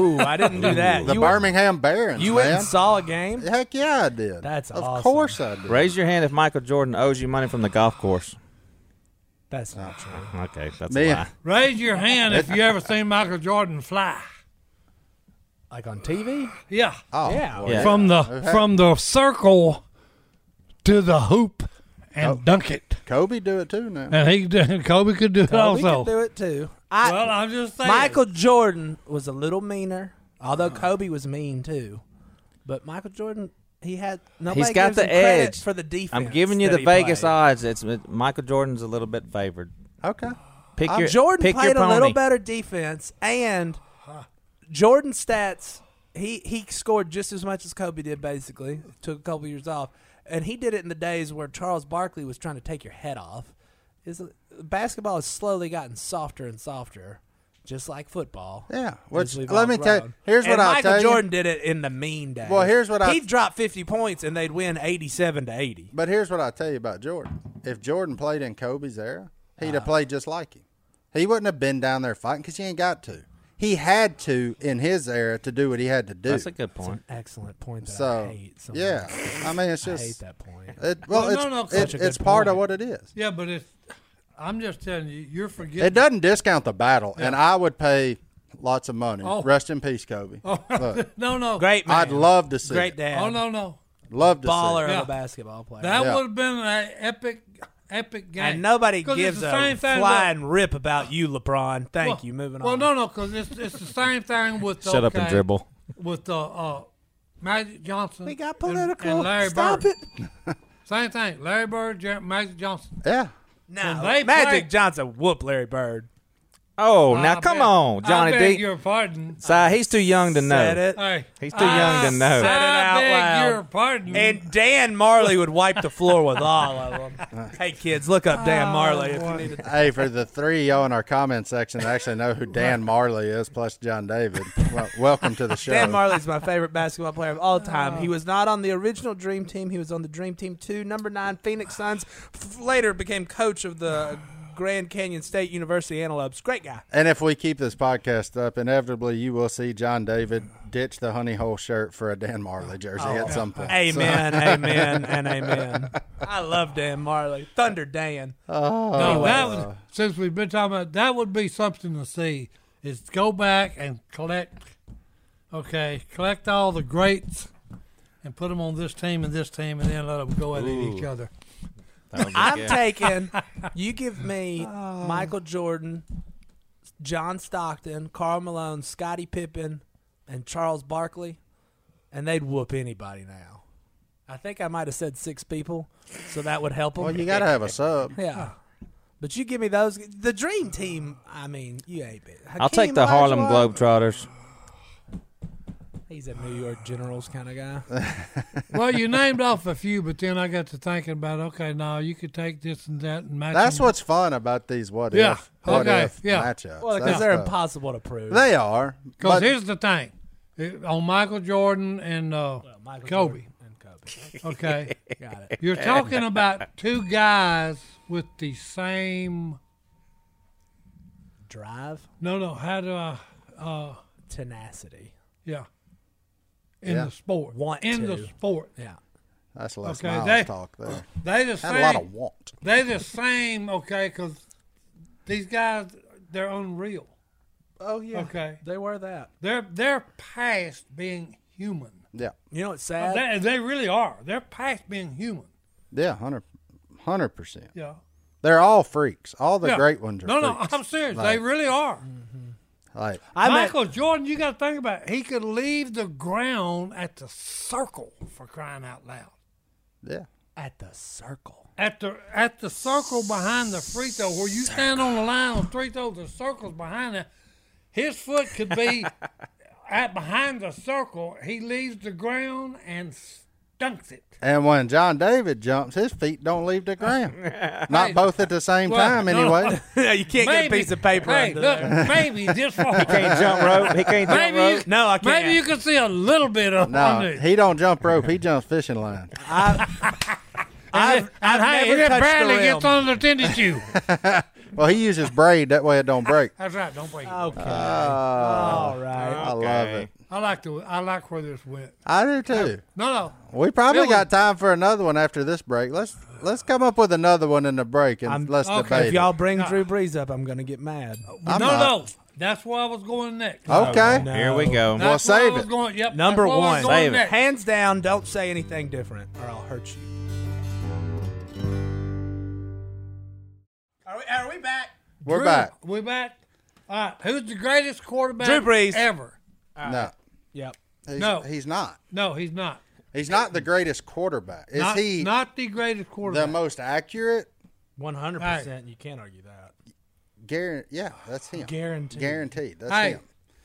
Ooh, I didn't do that. The you went, Birmingham Barons. you went man. and saw a game. Heck yeah, I did. That's of awesome. course I did. Raise your hand if Michael Jordan owes you money from the golf course. That's not true. Okay, that's Man. a lie. Raise your hand if you ever seen Michael Jordan fly. Like on TV. Yeah. Oh, Yeah. well, Yeah. From the from the circle to the hoop and dunk it. Kobe do it too now. And he did- Kobe could do it Kobe also. could do it too. I, Well, I'm just saying. Michael Jordan was a little meaner, although Kobe was mean too. But Michael Jordan, he had nobody He's got gives the him credit edge for the defense. I'm giving you that the he Vegas played. odds. It's it- Michael Jordan's a little bit favored. Okay. Pick Um, your Jordan pick played your a pony. little better defense, and Jordan stats. He he scored just as much as Kobe did. Basically, took a couple years off, and he did it in the days where Charles Barkley was trying to take your head off. Is basketball has slowly gotten softer and softer, just like football. Yeah, which- As we've let me all tell- grown. here's what And I'll Michael tell you. Jordan did it in the mean days. Well, here's what I- he'd drop fifty points and they'd win eighty-seven to eighty. But here's what I tell you about Jordan. If Jordan played in Kobe's era, he'd Ah. have played just like him. He wouldn't have been down there fighting because he ain't got to. He had to in his era to do what he had to do. That's a good point. Excellent point. That so I hate so yeah, much. I mean it's I hate just that point. it, well, Well, it's no, no, it- such a good it's part of point. what it is. Yeah, but it's. I'm just telling you, you're forgetting. It doesn't discount the battle, and I would pay lots of money. Oh. Rest in peace, Kobe. Look, no, no. Great man. I'd love to see. Great it. dad. Oh no, no. Love to Baller see. of Yeah. a basketball player. That Yeah. would have been an epic, epic game. and nobody 'Cause gives it's the a same thing flying rip about you, LeBron. Thank Well- you. Moving well, on. no, no, because it's, it's the same thing with Shut up and okay, dribble. with uh, uh, Magic Johnson. We got and- political. And, Larry Stop Bird. it. Same thing. Larry Bird, Jer- Magic Johnson. it. Yeah. No. they Magic play- Johnson whoop Larry Bird. Oh, I now come beg- on, Johnny I beg D. your pardon. Si, he's too young to know. Said it. Hey, He's too I young to know. Said it out I beg loud. your pardon. And Dan Marley would wipe the floor with all of them. hey, kids, look up Oh, Dan Marley if you need to. Hey, for the three of y'all in our comment section that actually know who Dan Marley is, plus John David, well, welcome to the show. Dan Marley's my favorite basketball player of all time. Oh. He was not on the original Dream Team. He was on the Dream Team 2, number 9 Phoenix Suns. F- later became coach of the Grand Canyon State University Antelopes. Great guy. And if we keep this podcast up, inevitably you will see John David ditch the honey hole shirt for a Dan Marley jersey at some point. Amen, amen, and amen. I love Dan Marley. Thunder Dan. no, that was, since we've been talking about that would be something to see is go back and collect. Okay, collect all the greats and put them on this team and this team, and then let them go at each other. I'm taking. You give me Oh. Michael Jordan, John Stockton, Carl Malone, Scottie Pippen, and Charles Barkley, and they'd whoop anybody now. I think I might have said six people, so that would help them. Well, you got to have a sub. yeah. But you give me those. The dream team. I mean, you ain't been. I'll take the Harlem Globetrotters. He's a New York Generals kind of guy. well, you named off a few, but then I got to thinking about okay, now you could take this and that and match. That's them. what's fun about these what Yeah. if, what Okay. if Yeah. matchups. Well, That's because they're tough. impossible to prove. They are. Because but- here's the thing, It- on Michael Jordan and uh, Michael Kobe. Jordan and Kobe. Okay, Got it. you're talking about two guys with the same. Drive, No, no. How do I? tenacity. Yeah. In Yeah. the sport. Want in to. the sport. Yeah. that's less Okay, miles they- talk there. They the Had a lot same. of want. They the same. Okay, because these guys they're unreal. Oh yeah. Okay. They were that. They're they're past being human. Yeah. You know what's sad? They, they really are. They're past being human. Yeah, 100 percent. Yeah. They're all freaks. All the Yeah. great ones are No, no. freaks. I'm serious. Like- they really are. Like, I met- Michael Jordan, you got to think about. It. He could leave the ground at the circle for crying out loud. yeah. at the circle. at the at the circle behind the free throw where you stand on the line on three throws, the circle's behind that. His foot could be at behind the circle. He leaves the ground and stunks it. And when John David jumps, his feet don't leave the ground. Not both at the same Well, time, no, no. anyway. you can't get a piece of paper Hey, under look, there. maybe this far. Can't jump rope. He can't jump Maybe rope. you, No, I can't. Maybe you can see a little bit of No, under it. he don't jump rope. He jumps fishing line. I've, I've and hey, never it touched barely the rim. gets under the tennis shoe. Well, he uses braid. That way it don't break. That's right. Don't break. it. Okay. Oh, All right. I love it. I like the I like where this went. I do too. No, no. We probably Billy. got time for another one after this break. Let's let's come up with another one in the break and I'm- let's okay, debate. If y'all bring Drew Brees up, I'm gonna get mad. I'm no, not. no. That's where I was going next. it. Okay. No. Here we go. That's Well, where I save was it. Going, yep, Number that's where I was one, going Save it. next. hands down. Don't say anything different, or I'll hurt you. Are we? Are we back? We're Drew, back. We back. All right. Who's the greatest quarterback Drew Brees. ever? No. Yep. He's, No. he's not. No, he's not. He's not the greatest quarterback. Is not, he not the greatest quarterback? the most accurate? One hundred percent, percent. You can't argue that. Guaran- yeah, that's him. Guaranteed. Guaranteed. That's hey, him.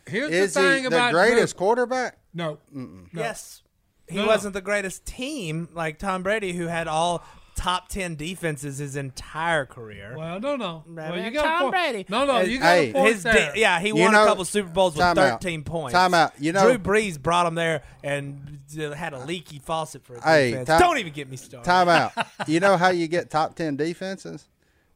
here's Is the thing he the about greatest Drew. quarterback? No, no. Yes. He No, no. wasn't the greatest team like Tom Brady, who had all top 10 defenses his entire career. Well, no, no. Well, you Tom got a point. Brady. No, no. Uh, You got Hey. a point His di- there. yeah, he You won know- a couple Super Bowls with Time out. 13 points. Time out. You know- Drew Brees brought him there and uh, had a leaky faucet for a Hey, defense. time- Don't even get me started. Time out. you know how you get top 10 defenses?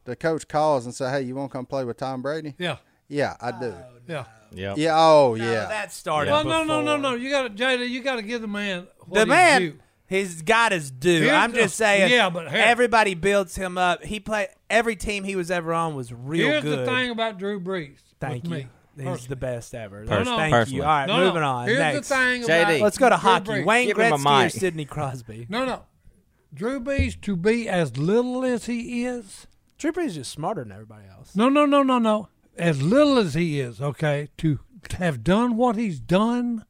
the coach calls and say, "Hey, you want to come play with Tom Brady?" Yeah. Yeah, I do. Yeah. Yeah. Yeah. Oh, yeah. that started. Well, no, no, no, no. You got to, Jada. You got to give the man what The he's man, due. he's got his due. Here's I'm just the- saying. yeah, but here- everybody builds him up. He play every team he was ever on was real Here's good. the thing about Drew Brees. Thank with you. Me, He's the personally. best ever. Pers- Thank personally. you. All right, No, no. moving on. Here's Next. the thing JD. about Let's go to Drew hockey. Brees. Wayne Give him a Gretzky or mic. Sidney Crosby? No, no. Drew Brees to be as little as he is. Drew Brees is just smarter than everybody else. No, no, no, no, no. As little as he is, okay, to have done what he's done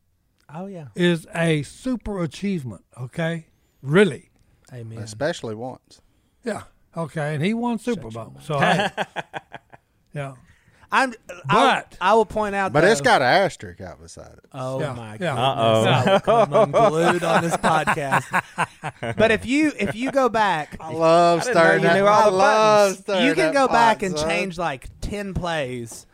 Oh yeah. is a super achievement, okay? Really. Amen. Especially once. Yeah. Okay, and he won Super Bowl. So, hey. yeah. I'm. I, But- I will point out. But though, it's got an asterisk out beside it. Oh yeah, my yeah. god. I'm glued on this podcast. but if you if you go back, I love didn't know starting you that. knew all I the love buttons. starting you can that go pot, back and son. change like 10 plays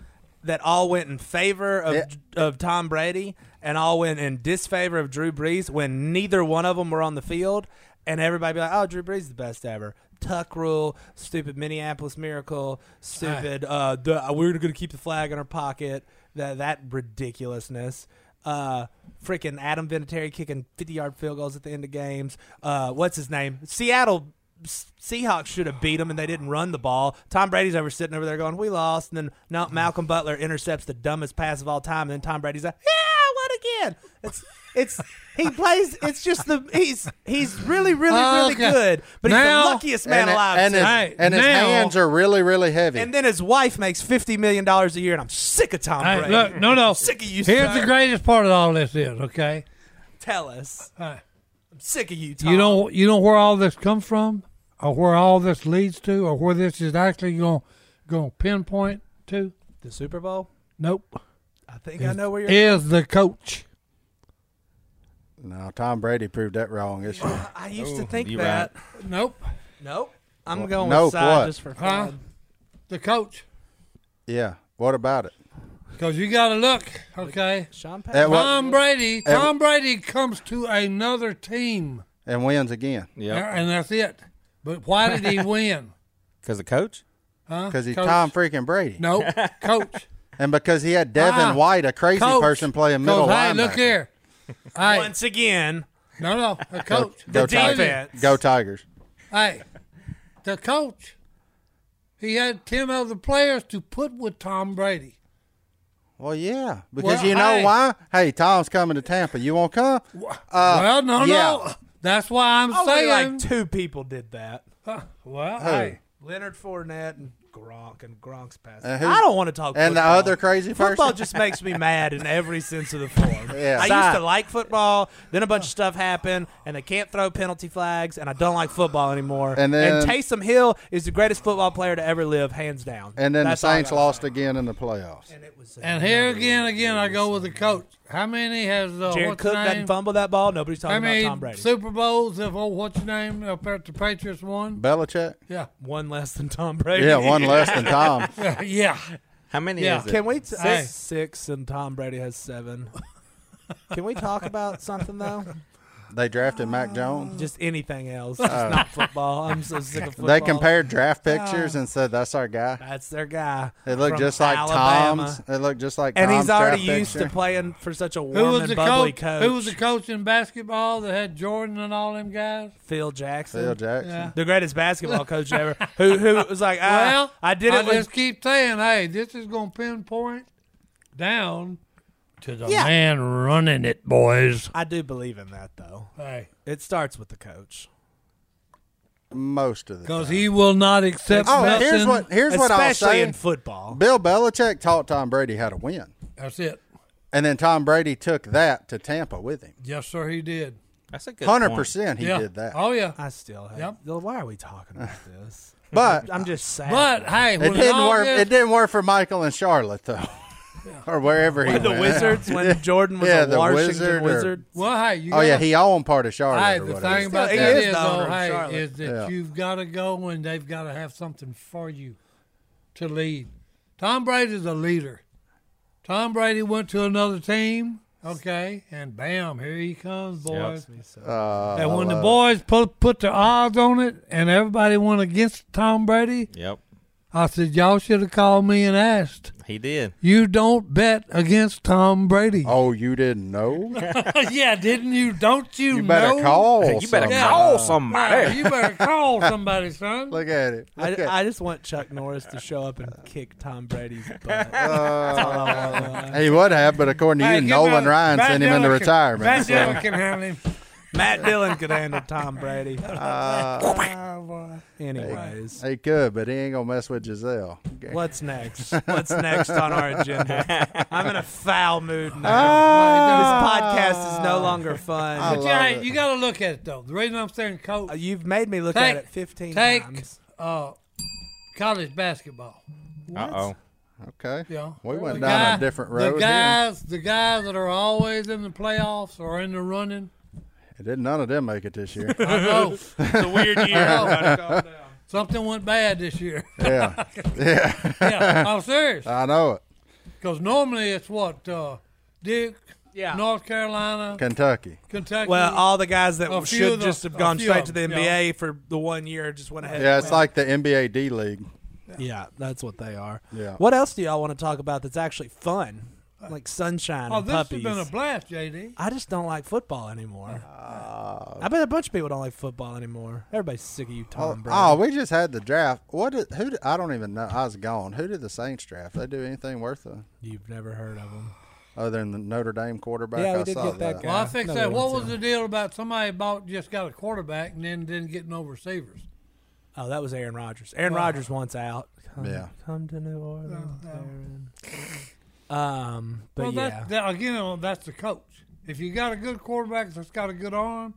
that all went in favor of Yeah. of Tom Brady and all went in disfavor of Drew Brees when neither one of them were on the field and everybody be like, "Oh, Drew Brees is the best ever." Tuck rule, stupid Minneapolis miracle, stupid uh the, we're going to keep the flag in our pocket, that that ridiculousness. Uh, freaking Adam Vinatieri kicking fifty-yard field goals at the end of games. Uh, what's his name? Seattle Seahawks should have beat them and they didn't run the ball. Tom Brady's over sitting over there going, "We lost." And then no, Malcolm Butler intercepts the dumbest pass of all time. And then Tom Brady's like, "Yeah, what again?" It's it's he plays. It's just the he's he's really really really Okay. good, but he's Now- the luckiest man and, alive. And too. his, Hey, and his now- hands are really, really heavy. And then his wife makes fifty million dollars a year, and I'm sick of Tom Hey, Brady. look, no, no. Sick of you, Here's sir. the greatest part of all this is, okay? Tell us, Hey. I'm sick of you, Tom. You know, you know where all this comes from, or where all this leads to, or where this is actually going going pinpoint to. the Super Bowl. Nope, I think I know where you're. is the coach. no, Tom Brady proved that wrong. It's I used to think you that. Nope, Nope. Uh, I'm going Nope, with side what? just for Huh? fun. the coach. yeah. What about it? Because you got to look, okay. Sean At Payton. what- Tom Brady. Tom Brady comes to another team, and wins again Yeah. and that's it. But why did he win? Because the coach. Huh? because he's Coach. Tom freaking Brady, Nope, coach. and because he had Devin Ah, White, a crazy coach. person, playing middle Coach, hey, linebacker. look here. Hey, Once again, no, no, the coach. Go Tell you. defense. Tigers! Go Tigers! Hey, the coach, he had 10 other players to put with Tom Brady. Well, yeah, because Well, you know hey. why? Hey, Tom's coming to Tampa. You won't come? well, no, Uh, yeah. no. That's why I'm Only saying. like two people did that. Huh, well, Who? hey. Leonard Fournette and Gronk and Gronk's pass. And who- I don't want to talk. and the football. other crazy Football person? just makes me mad in every sense of the form. Yeah. I used Stop. to like football. Then a bunch of stuff happened, and they can't throw penalty flags, and I don't like football anymore. And then- Taysom Hill is the greatest football player to ever live, hands down. And then That's the all I Saints gotta lost again in the playoffs. say. It was, uh, And here again, again, I go with the coach. How many has uh, Jared what's Cook his name? doesn't fumble that ball. Nobody's How talking about Tom many Brady. Super Bowls have oh, what's his name up at the Patriots won? Belichick? Yeah, one less than Tom Brady. Yeah, one less than Tom. yeah. How many Yeah. is it? Can we t- Hey. six, six and Tom Brady has seven? Can we talk about something though? They drafted Mac Jones. Just anything else? Just not football. I'm so sick of football. They compared draft pictures and said that's our guy. That's their guy. It looked from just like Alabama. Tom's. It looked just like And Tom's he's already draft used to picture. playing for such a warm Who was and the bubbly coach, coach. Who was the coach in basketball that had Jordan and all them guys? Phil Jackson? Phil Jackson. Yeah. The greatest basketball coach ever. Who who was like, ah, well, I did I it with just keep saying, hey, this is going to pinpoint down to the Yeah. man running it, boys. I do believe in that though. Hey, It starts with the coach. Most of the because time. he will not accept. Oh, nothing. here's what here's what I'll Especially say. in football. Bill Belichick taught Tom Brady how to win, That's it. and then Tom Brady took that to Tampa with him. Yes, sir. He did. That's a good point. Hundred percent, he yeah. did that. Oh yeah. I still have. Yep. Well, Why are we talking about this? But I'm just sad. But hey, it when didn't all work. this- It didn't work for Michael and Charlotte though, or wherever he When the went. Wizards, when Jordan was Yeah, a the Washington wizard or- Wizard, Well, hey, you. Oh yeah, gotta- he owned part of Charlotte. Hey, or the whatever. thing about He that is is, the owner though, of Charlotte. hey, is that Yeah. you've got to go and they've got to have something for you to lead. Tom Brady's a leader. Tom Brady went to another team, okay, and bam, here he comes, boys. Uh, And when the boys put put their odds on it, and everybody went against Tom Brady, Yep. I said, y'all should have called me and asked. He did. You don't bet against Tom Brady. Oh, you didn't know? yeah, didn't you? Don't you, You better call. you better somebody. call somebody. you better call somebody, son. Look at it. I, Look at I just want Chuck Norris to show up and kick Tom Brady's butt. Oh, it. He would have, but according to you, Hey, give Nolan him a- Ryan Matt sent him into Dillon can- retirement. Matt so- Dillon can handle him. Matt Dillon could handle Tom Brady. Ah. Anyways, He could, but he ain't gonna mess with Giselle. what's next? What's next on our agenda? I'm in a foul mood now. this podcast is no longer Ah. I fun. Uh, love Yeah, it. you got to look at it though. The reason I'm saying coach, You've made me look Take- at it 15 take times. uh, college basketball. Uh oh. Okay. You know, We went The down guy- a different The road. here. guys, the guys that are always in the playoffs or in the running. It did none of them make it this year. I know It's a weird year. something went bad this year. yeah. Yeah. Uh, yeah, I'm serious. I know it. Because normally it's what uh, Duke, Yeah. North Carolina, Kentucky. Kentucky. Well, all the guys that A few should of the- just have a gone few of straight to the them, NBA for the one year just went ahead. Yeah, and it's like the NBA D League. Yeah, that's what they are. Yeah. What else do y'all want to talk about that's actually fun? Like sunshine oh, and this puppies. has been a blast, JD. I just don't like football anymore. Uh, I bet a bunch of people don't like football anymore. Everybody's sick of you, Oh, Tom oh, Brady. we just had the draft. What? Did, who? Did, I don't even know. I was gone. Who did the Saints draft? They do anything worth a You've never heard of them. other than the Notre Dame quarterback? Yeah, we I did saw get that Well, Yeah, I think no, that. we What don't was see the deal about somebody bought just got a quarterback and then didn't get no receivers? Oh, that was Aaron Rodgers. Aaron Rodgers wants out. Come, Yeah. Come to New Orleans, Aaron. Um, Uh, but well, yeah. that's, that, again, well, that's the coach. If you got a good quarterback that's got a good arm,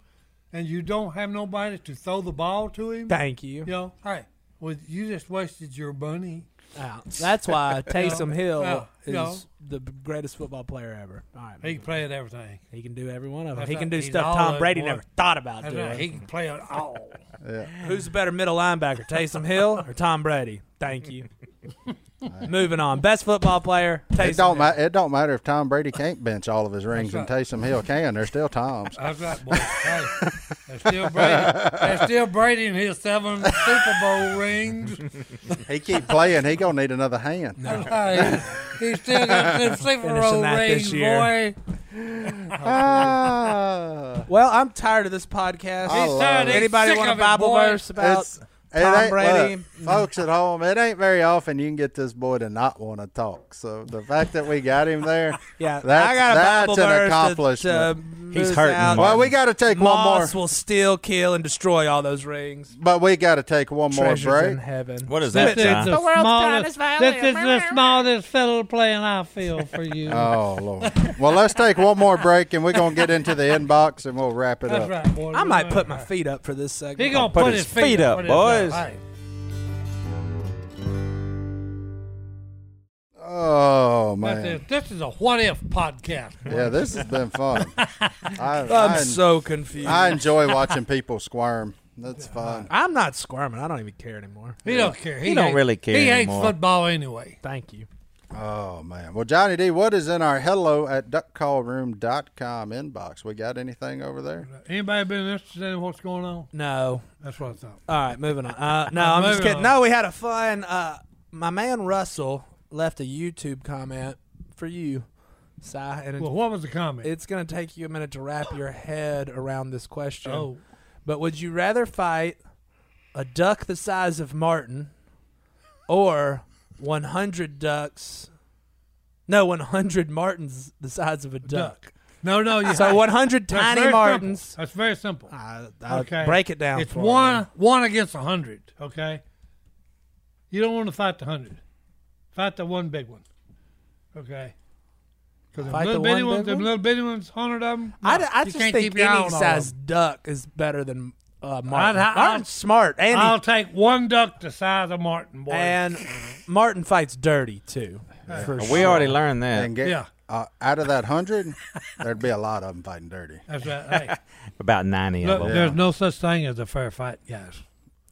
and you don't have nobody to throw the ball to him, Thank you. you know, hey, well, you just wasted your money. Out. That's why Taysom Hill Yeah, is yeah. the greatest football player ever. All right, He can play at everything. He can do every one of them. That's He can right. do He's stuff all Tom over Brady the never board. thought about That's right. He doing. can play it all. Who's a better middle linebacker, Taysom Hill or Tom Brady? Thank you. Moving on. Best football player, Taysom. It don't, Hill. ma- it don't matter if Tom Brady can't bench all of his rings and right. Taysom Hill can. They're still Tom's. That's right, boy. Hey, that's still Brady. That's still Brady and his seven Super Bowl rings. he keep playing. He gonna need another hand. Hey, he still got them Super Finishing Bowl that this rings, year. boy. Ah. Well, I'm tired of this podcast. I love it. Anybody Sick want a of it, Bible boy. verse about It's- it Tom ain't- Brady? look, folks at home, it ain't very often you can get this boy to not want to talk. So the fact that we got him there, yeah, that's, I got a that's Bible an verse that, accomplishment. uh, He's moves hurting, out. Mark. well, we got to take one Moss more, will still kill and destroy all those rings. but we got to take one more Treasures break. in heaven. What is that? Ty? the smallest, this is the smallest fiddle playing I feel for you. Oh Lord! Well, let's take one more break, and we're gonna get into the inbox, and we'll wrap it That's up. right, boy. I might put my feet up for this segment. He gonna put, his, feet, up, put his boys. Hey, Oh that's man, it. This is a what if podcast. yeah, this has been fun. I, Oh, I'm I en- so confused. I enjoy watching people squirm. That's fun. I'm not squirming. I don't even care anymore. He don't care. He, He don't hates- really care He hates anymore. football anyway. Thank you. Oh man. Well, Johnny D, what is in our hello at duckcallroom.com inbox? We got anything over there? Anybody been interested in what's going on? No. That's what I thought. All right, moving on. Uh, no, I'm just Moving kidding. on. No, we had a fun. Uh, my man Russell left a YouTube comment for you, Si, and Well, it's, what was the comment? it's going to take you a minute to wrap your head around this question. oh, But would you rather fight a duck the size of Martin or 100 ducks? No, 100 Martins the size of a duck. no, no. You uh, So 100 That's tiny very Martins. Simple. Ah. That's very simple. I, I Okay, Break it down. It's for one me. one against a hundred. Okay, you don't want to fight the hundred. Fight the one big one. Okay. Because Fight little the bitty one ones, big them one? little bitty ones, hundred of them. I, d- I you just can't think keep your eye any on all size of duck is better than uh, Martin. I'd- I'd- Martin's smart, and, he- I'll take one duck the size of Martin, boy. and Martin fights dirty too. For sure. We already learned that And get Yeah. uh, out of that hundred, there'd be a lot of them fighting dirty. that's right. Hey, about ninety look, of them. there's no such thing as a fair fight, guys.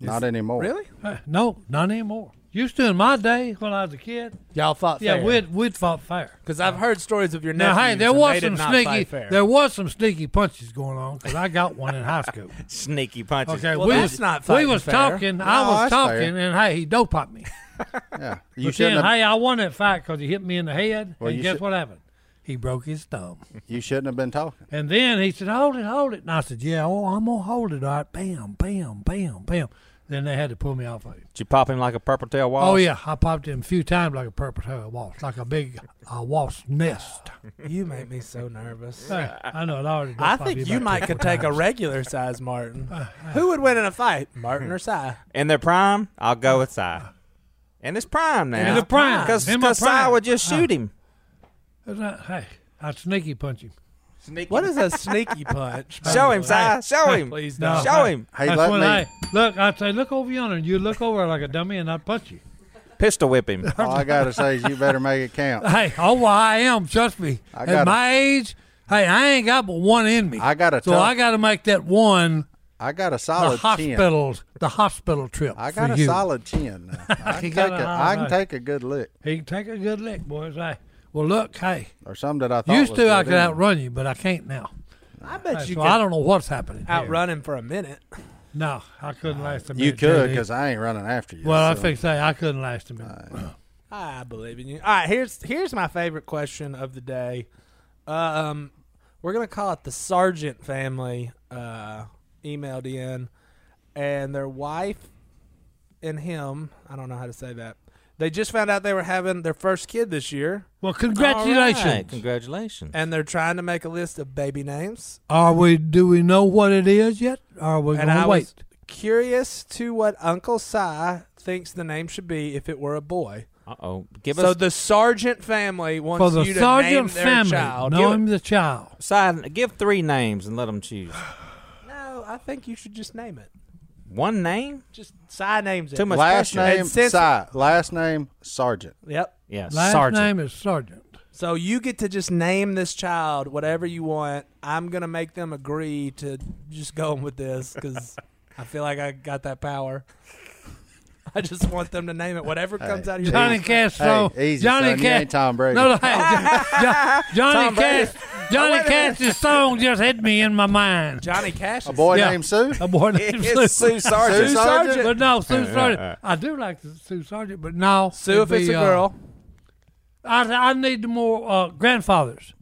Not anymore. really Uh, No, not anymore. Used to in my day when I was a kid. y'all fought Yeah, fair. we'd we'd fought fair. because I've heard stories of your nephews. Now, hey, there and was they some did not sneaky fight fair. there was some sneaky punches going on because I got one in high school. Sneaky punches. Okay, Well, we that's was not we fighting was fair. talking. I No, was that's fair. talking, and hey, he dope popped me. Yeah, you You but then, shouldn't. Have, hey, I won that fight because he hit me in the head. Well, and you guess should- what happened? He broke his thumb. you shouldn't have been talking. And then he said, "Hold it, hold it." And I said, "Yeah, oh, I'm gonna hold it." All right, bam, bam, bam, bam. Then they had to pull me off of it. Did you pop him like a purple tail wall? Oh yeah, I popped him a few times like a purple tail wasp, like a big uh, wasp nest. You make me so nervous. Hey, I know it already. done I popped me think you about might three, could four take a times. regular size Martin. Uh, Who would win in a fight, Martin or Cy? In their prime, I'll go with Cy. And it's prime now. In the prime. Because In my Cy prime. would just shoot him. That's right. Hey, I sneaky punch him. What is a sneaky punch? Show him, Cy. Show him. Please No. don't. Show him. Hey, That's let when me. I look. I'd say, "Look over yonder," and you look over like a dummy, and I'd punch you. Pistol whip him. all I gotta say is you better make it count. Hey, oh, well, I am. Trust me. I At gotta- my age, hey, I ain't got but one in me. I got a So tough- I got to make that one I got a the solid ten. hospital the hospital trip. I got for a you. solid ten. Now. I can He take got a, a- I can alright. take a good lick He can take a good lick, boys. Hey, well, look, hey, or some that I thought used was to I good could anyway. outrun you, but I can't now. I bet Hey, you so I could don't know what's happening. here. outrun him for a minute. No, I couldn't last a minute. You could JD. because I ain't running after you. Well, I so. think say I couldn't last a minute. I believe in you. All right, here's here's my favorite question of the day. Um, we're gonna call it the Sergeant family. Uh, emailed in, and their wife and him. I don't know how to say that. They just found out they were having their first kid this year, Well, All right, congratulations. Congratulations. and they're trying to make a list of baby names. Are we? Do we know what it is yet? Or are we going And I to wait? was curious to what Uncle Si thinks the name should be if it were a boy. Uh oh. Give So us the Sergeant family wants For the you to name sergeant their family, child. know You- him the child. Cy, give three names and let them choose. No, I think you should just name it. One name? Just sign names. it. Too much last pressure. name And since- Si. Last name Sergeant. Yep. Yeah, Last Sergeant. name is Sergeant. So you get to just name this child whatever you want. I'm gonna make them agree to just going with this because I feel like I got that power. I just want them to name it whatever comes out of your Johnny mouth. Castro. Hey, easy, Johnny son. You ain't Tom Brady. No, no, hey, Jo- Jo- Johnny Tom Brady. Cash. Johnny Wait a minute. Cash's song just hit me in my mind. Johnny Cash. A boy Yeah. named Sue. A boy named Sue. It's Sue Sergeant. Sue Sergeant? But no, Sue Sergeant. I do like the Sue Sergeant, but no. Sue, if it'd it's a be, uh, girl. I, I need the more uh, grandfathers.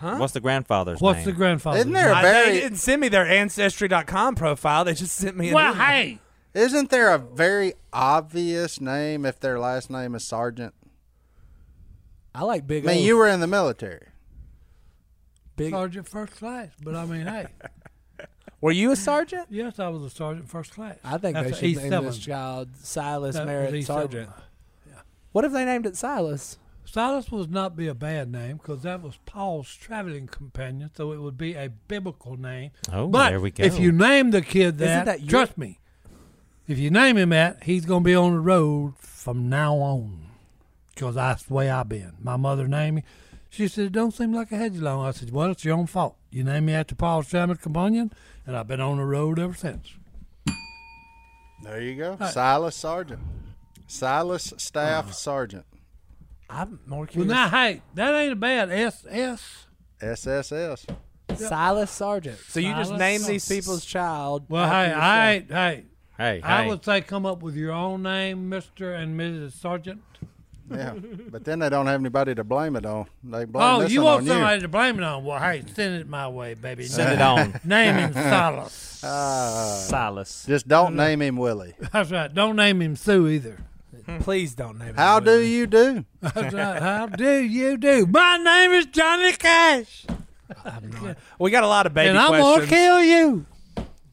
What's the grandfather's What's name? the grandfather? Isn't there a I- Uh, they very didn't send me their ancestry.com profile. They just sent me. An Well, email. hey. isn't there a very obvious name if their last name is Sergeant? I like big. I mean, O's. you were in the military. big. Sergeant first class. But I mean, hey. Were you a sergeant? Yes, I was a sergeant first class. I think That's they an should name E7. this child Silas That was Merritt E7. Sergeant. What if they named it Silas? Silas would not be a bad name because that was Paul's traveling companion, so it would be a biblical name. Oh, but there we go. if you name the kid Isn't that, that your- trust me, if you name him that, he's going to be on the road from now on because that's the way I've been. My mother named me. She said, it don't seem like I had you long. I said, well, it's your own fault. You named me after Paul's traveling companion, and I've been on the road ever since. There you go. Silas Sergeant. Silas Staff Uh-huh. Sergeant. I'm more Well, curious. now, hey, that ain't a bad S. SSS. Silas Sargent. So you just Silas name Sargent. these people's child. Well, after hey, yourself. I ain't, hey, Hey, I hey. would say come up with your own name, Mr. and Mrs. Sergeant. Yeah. but then they don't have anybody to blame it on. They blame Oh, this you one want on somebody you. to blame it on? Well, hey, send it my way, baby. Send it on. Name him Silas. Silas. Just Mm-hmm. don't name him Willie. That's right. Don't name him Sue either. Please don't name it. How do Willie. you do? That's right. How do you do? My name is Johnny Cash, We got a lot of baby and I'm gonna questions kill you.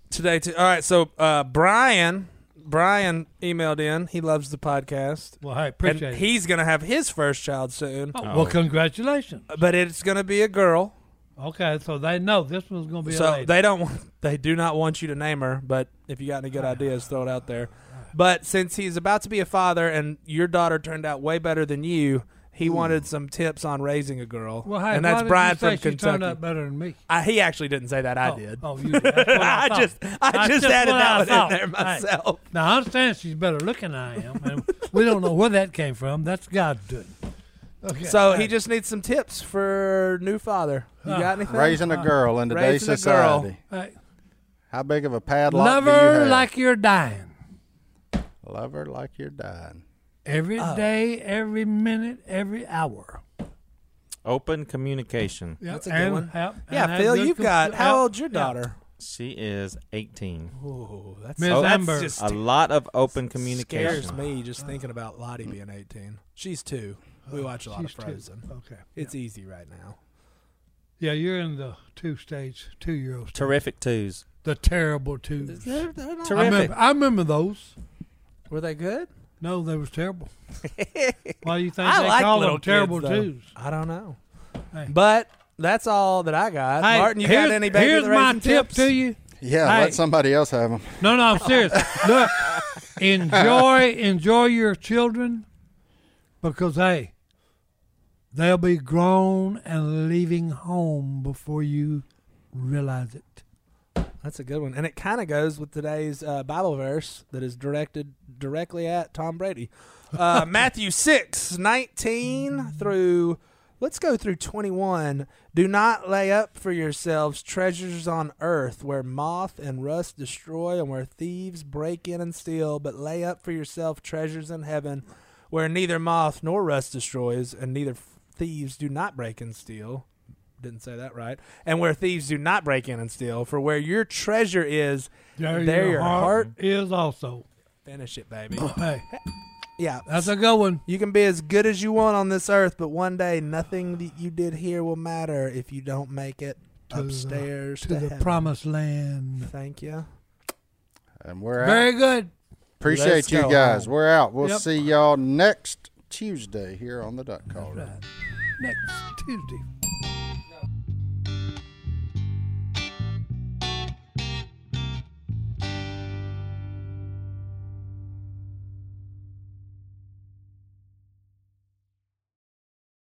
today. Too. All right, so uh, Brian, Brian emailed in. He loves the podcast, Well, hey, and appreciate it. he's gonna have his first child soon. Oh, Well, congratulations. But it's gonna be a girl, Okay, so they know this one's gonna be a so lady. they don't. Want, they do not want you to name her. But if you got any good ideas, throw it out there. But since he's about to be a father, and your daughter turned out way better than you, he wanted some tips on raising a girl. well, hey, and why that's did Brian you say from she turned Kentucky. out better than me. I, he actually didn't say that. I Oh, did. Oh, you did. That's what I, I thought. just, I That's just just added what I that thought. one in there Hey. myself. Now I understand she's better looking than I am, and we don't know where that came from. That's God's doing. Okay. So he Hey, just needs some tips for new father. You got anything? Raising a girl in today's Raising a girl. society. hey, How big of a padlock love do you her have? like you're dying. Love her like you're dying. Every Oh. day, every minute, every hour. Open communication. Yep, That's a good and one. have- and yeah, have Phil, good you've got compl- how have- old's your yeah. daughter? She is 18. Oh, that's Ms. that's Amber. just A lot of open communication. scares me just thinking about Lottie being eighteen. She's two. We watch a lot of She's two. Frozen. Okay. It's easy right now. Yeah, you're in the two stage, two year old. Terrific twos. the terrible twos. I Terrific. remember, I remember those. Were they good? No, they was terrible. Why do you think I they like call little them terrible kids, though. twos? I don't know. Hey. But that's all that I got. Hey, Martin, you here's, got any baby Here's of the my Raisin tip tips? to you. Yeah, Hey. let somebody else have them. No, no, I'm serious. Look, enjoy, enjoy your children, because hey, they'll be grown and leaving home before you realize it. That's a good one, and it kind of goes with today's uh, Bible verse that is directed directly at Tom Brady, uh, Matthew six nineteen through. Let's go through twenty one. Do not lay up for yourselves treasures on earth, where moth and rust destroy, and where thieves break in and steal. But lay up for yourself treasures in heaven, where neither moth nor rust destroys, and neither thieves do not break and steal didn't say that right. And where thieves do not break in and steal, for where your treasure is, there, your heart. is also. Finish it, baby. Hey, yeah, that's a good one. you can be as good as you want on this earth, but one day nothing that you did here will matter if you don't make it the- upstairs To to, the heaven. promised land. Thank you. And we're out. Very good. Appreciate Let's you go guys. home. We're out. We'll Yep. see y'all next Tuesday here on the Duck Call. Right. Next Tuesday.